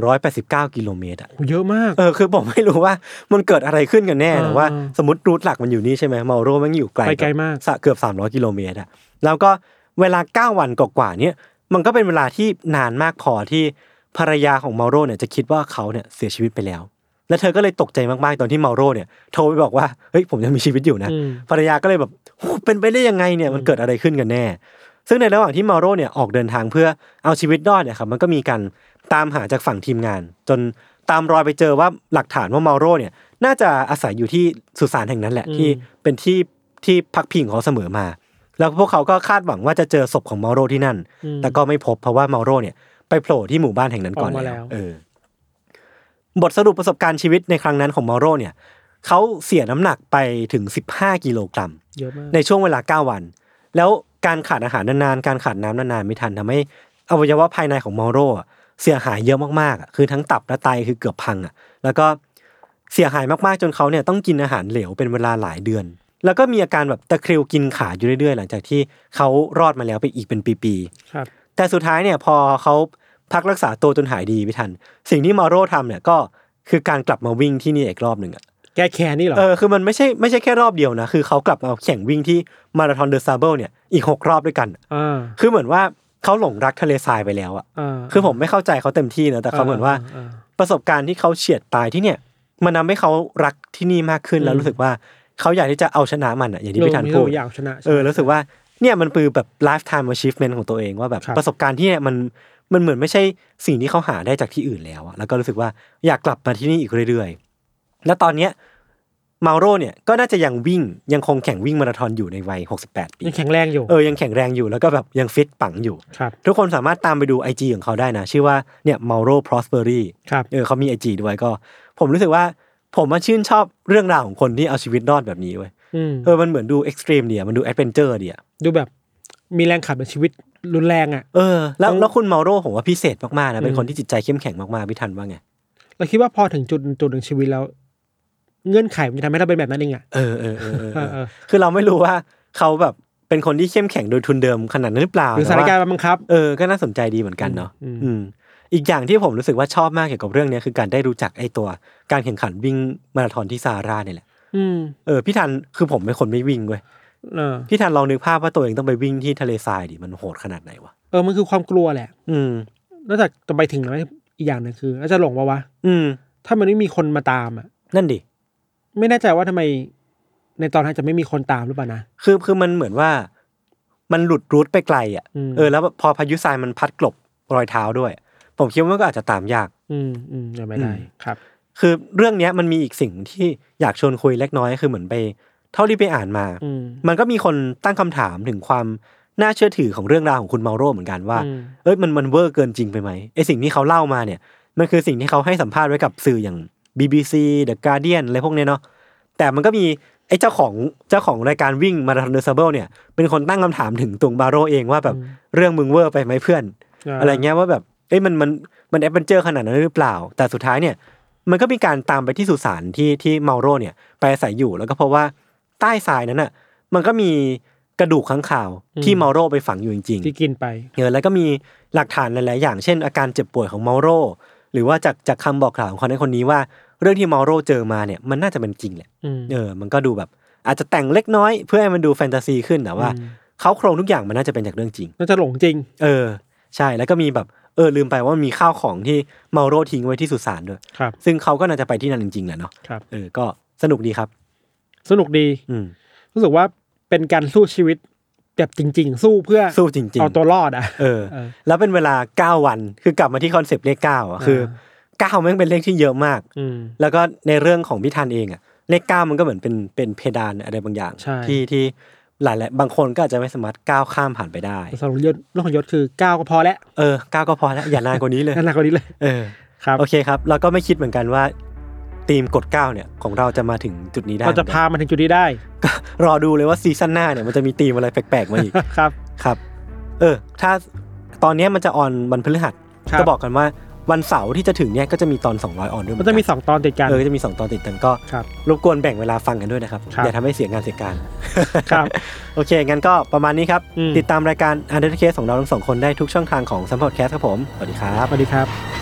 289 กิโลเมตรอะ โหเยอะมาก เออคือผมไม่รู้ว่ามันเกิดอะไรขึ้นกันแน่แต่ อ่า ว่าสมมติรูทหลักมันอยู่นี่ใช่ไหมเมาโรมันอยู่ไกล ไปไกลมาก สะเกือบ 300 กิโลเมตรอะแล้วก็เวลา 9 วันกว่าๆเนี่ยมันก็เป็นเวลาที่นานมากพอที่ภรรยาของเมาโรเนี่ยจะคิดว่าเขาเนี่ยเสียชีวิตไปแล้ว แล้วเธอก็เลยตกใจมากๆตอนที่เมาโรเนี่ยโทรไปบอกว่าเฮ้ยผมยังมีชีวิตอยู่นะ อืม ภรรยาก็เลยแบบโหเป็นไปได้ยังไงเนี่ยมันเกิดอะไรขึ้นกันแน่ ซึ่งในระหว่างที่เมาโรเนี่ยออกเดินทางเพื่อเอาชีวิตรอดเนี่ยครับมันก็มีการตามหาจากฝั่งทีมงาน จนตามรอยไปเจอว่าหลักฐานว่าเมาโรเนี่ยน่าจะอาศัยอยู่ที่สุสานแห่งนั้นแหละ อืม ที่เป็นที่ที่พักพิงของเขาเสมอมา แล้วพวกเขาก็คาดหวังว่าจะเจอศพของเมาโรที่นั่น อืม แต่ก็ไม่พบเพราะว่าเมาโรเนี่ยไปโผล่ที่หมู่บ้านแห่งนั้นก่อน ออกมาแล้ แล้ว วเออบทสรุปประสบการณ์ชีวิตในครั้งนั้นของเมาโรเนี่ยเขาเสียน้ำหนักไปถึง 15 กิโลกรัม เยอะมาก ในช่วงเวลา 9 วัน แล้วการขาดอาหารนานๆ การขาดน้ำนานๆ ไม่ทันทำให้อวัยวะภายในของเมาโรอะเสียหายเยอะมากๆอะคือทั้งตับและไตคือเกือบพังอ่ะ แล้วก็เสียหายมากๆ จนเขาเนี่ยต้องกินอาหารเหลวเป็นเวลาหลายเดือน แล้วก็มีอาการแบบตะคริวกินขาอยู่เรื่อยๆ หลังจากที่เขารอดมาแล้วไปอีกเป็นปีๆ ครับ แต่สุดท้ายเนี่ยพอเขาพักรักษาตัวจนหายดีไม่ทัน สิ่งที่มาโรทำเนี่ยก็คือการกลับมาวิ่งที่นี่อีกรอบหนึ่งอะ แก้แค้นนี่เหรอ เออคือมันไม่ใช่ไม่ใช่แค่รอบเดียวนะ คือเขากลับมาแข่งวิ่งที่มาราธอนเดอะซาเบิลเนี่ยอีกหกรอบด้วยกัน อ่า คือเหมือนว่าเขาหลงรักทะเลทรายไปแล้วอะ อ่า คือผมไม่เข้าใจเขาเต็มที่นะแต่เขาเหมือนว่า ประสบการณ์ที่เขาเฉียดตายที่เนี่ย มันทำให้เขารักที่นี่มากขึ้นแล้วรู้สึกว่าเขาอยากที่จะเอาชนะมันอะอย่างที่พี่ธันพูด อยากชนะ เออรู้สึกว่าเนี่ยมันคือแบบ lifetime achievement ของตัวเองว่าแบบ ครับ ประสบการณ์ที่เนี่ยมันมันเหมือนไม่ใช่สิ่งที่เขาหาได้จากที่อื่นแล้วอะแล้วก็รู้สึกว่าอยากกลับมาที่นี่อีกเรื่อยๆ แล้วตอนเนี้ยเมาโรเนี่ยก็น่าจะยังวิ่งยังคงแข่งวิ่งมาราธอนอยู่ในวัย 68 ปี ยังแข็งแรงอยู่ เออยังแข็งแรงอยู่แล้วก็แบบยังฟิตปังอยู่ ครับ ทุกคนสามารถตามไปดู IG ของเขาได้นะ ชื่อว่าเนี่ยเมาโร prospery ครับ เออเขามีไอจีด้วยก็ ผมรู้สึกว่าผมมาชื่นชอบเรื่องราวของคนที่เอาชีวิตรอดแบบนี้เว้ย อืม เออมันเหมือนดูเอ็กซ์ตรีมเดียมันดูแอดเวนเจอร์เดีย ดูแบบมีแรงขับในชีวิตรุนแรงอ่ะ เออแล้ว ต้อง แล้วคุณเมาโรผมว่าพิเศษมากๆนะเป็ อื น ม คนที่จิตใจเข้มแข็งมากๆพี่ทันว่าไง เราคิดว่าพอถึงจุดจุดหนึ่งชีวิตแล้ว เงื่อนไขมันจะทำให้เราเป็นแบบนั้นเองอ่ะ เออเออเออเออ เอ เอ อเอ อ อ คือเราไม่รู้ว่าเขาแบบเป็นคนที่เข้มแข็งโดยทุนเดิมขนาดนั้นหรือเปล่า หรือส แต่ ถาน ว่ การณ์มันบังคับ เออก็น่าสนใจดีเหมือนกันเนาะ อืม อืมอีกอย่างที่ผมรู้สึกว่าชอบมากเกี่ยวกับเรื่องเนี้ยคือการได้รู้จักไอ้ตัวการแข่งขันวิ่งมาราธอนที่ซาฮาราเนี่ยแหละ อืม เออพี่ทันคือผมเป็นคนไม่วิ่งเว้ย เออ พี่ทันลองนึกภาพว่าตัวเองต้องไปวิ่งที่ทะเลทรายดิมันโหดขนาดไหนวะ เออมันคือความกลัวแหละ อืม นอกจากจะไปถึงแล้วอีกอย่างหนึงคืออาจจะหลงปะวะ อืม ถ้ามันไม่มีคนมาตามอ่ะ นั่นดิ ไม่แน่ใจว่าทำไม ในตอนนั้นจะไม่มีคนตามหรือเปล่านะ คือคือมันเหมือนว่ามันหลุดรูทไปไกลอ่ะ อืม เออแล้วพอพายุทรายมันพัดกลบรอยเท้าด้วย ผมคิดว่ามันก็อาจจะตามยาก อืมอืมยังไม่ได้ อืม ครับ คือเรื่องเนี้ยมันมีอีกสิ่งที่อยากชวนคุยเล็กน้อยคือเหมือนไป เท่าที่ไปอ่านมา อืม มันก็มีคนตั้งคำถามถึงความน่าเชื่อถือของเรื่องราวของคุณเมาโรเหมือนกันว่า อืม เอ้ยมันมันเวอร์เกินจริงไปไหมไอสิ่งที่เขาเล่ามาเนี่ย มันคือสิ่งที่เขาให้สัมภาษณ์ไว้กับสื่ออย่าง BBC The Guardian อะไรพวกเนี้ยเนาะแต่มันก็มีไอเจ้าของเจ้าของรายการวิ่งมาราธอนเดอะซับเบิลเนี่ย เป็นคนตั้งคำถามถึงตวงบาโรเองว่าแบบเรื่องมึงเวอร์ไปไหมเพื่อน อะไรเงี้ยว่าแบบเอ้ยมันมันมันแอดเวนเจอร์ขนาดนั้นหรือเปล่า แต่สุดท้ายเนี่ยมันก็มีการตามไปที่สุสานที่ที่เมาโรเนี่ยไปอาศัยอยู่แล้วก็เพราะว่าใต้ทรายนั้นอ่ะมันก็มีกระดูกข้างข่าวที่เมาโรไปฝังอยู่จริงๆ ที่กินไป เออแล้วก็มีหลักฐานหลาย ๆ อย่าง เช่น อาการเจ็บป่วยของเมาโร หรือว่าจากจากคำบอกกล่าวของคนนั้นคนนี้ว่าเรื่องที่เมาโรเจอมาเนี่ยมันน่าจะเป็นจริงแหละ อืม เออมันก็ดูแบบ อาจจะแต่งเล็กน้อย เพื่อให้มันดูแฟนตาซีขึ้นแต่ว่าเขาโครงทุกอย่างมันน่าจะเป็นจากเรื่องจริง น่าจะหลงจริง เออ ใช่แล้วก็มีแบบเออลืมไปว่ามีข้าวของที่เมาโรทิ้งไว้ที่สุสานด้วย ครับ ซึ่งเขาก็น่าจะไปที่นั่นจริงๆแหละเนาะ ครับ เออก็สนุกดีครับ สนุกดี อืม รู้สึกว่าเป็นการสู้ชีวิตแบบจริง ๆ สู้เพื่อ สู้จริง เอาตัวรอดอ่ะ ๆ เออ เออ แล้วเป็นเวลาเก้าวันคือกลับมาที่คอนเซปต์เลขเก้าอ่ะคือเก้าแม่งเป็นเลขที่เยอะมาก อืม แล้วก็ในเรื่องของพิธันเองอะเลขเก้ามันก็เหมือนเป็นเป็นเพดานอะไรบางอย่าง ใช่ ที่ที่หลายๆบางคนก็อาจจะไม่สามารถก้าวข้ามผ่านไปได้ สรุปยศเรื่องของยศคือก้าวก็พอแล้ว เออก้าวก็พอแล้ว อย่านานกว่านี้เลย นั่นหนักกว่านี้เลย เออ ครับ โอเคครับ เราก็ไม่คิดเหมือนกันว่าทีมกดเก้าเนี่ยของเราจะมาถึงจุดนี้ได้ เราจะพามันถึงจุดนี้ได้ รอดูเลยว่าซีซั่นหน้าเนี่ยมันจะมีทีมอะไรแปลกๆมาอีก ครับ ครับ เออ ถ้าตอนเนี้ยมันจะออนวันพฤหัส ครับ ก็บอกกันว่าวันเสาร์ที่จะถึงเนี่ยก็จะมีตอน 200 ออนด้วยเห มัน นกั จะมีสองตอนติดกัน เออก็จะมีสองตอนติดกันก็ ครับ รบกวนแบ่งเวลาฟังกันด้วยนะครับ ครับ อย่าทำให้เสียงานเสียการ ครับ โอเค งั้นก็ประมาณนี้ครับ อืม ติดตามรายการ u n d e r t a k e ของเราทั้งสองคนได้ทุกช่องทางของ s ัมพอดแคสต์ครับผม สวัสดีครับ สวัสดีครับ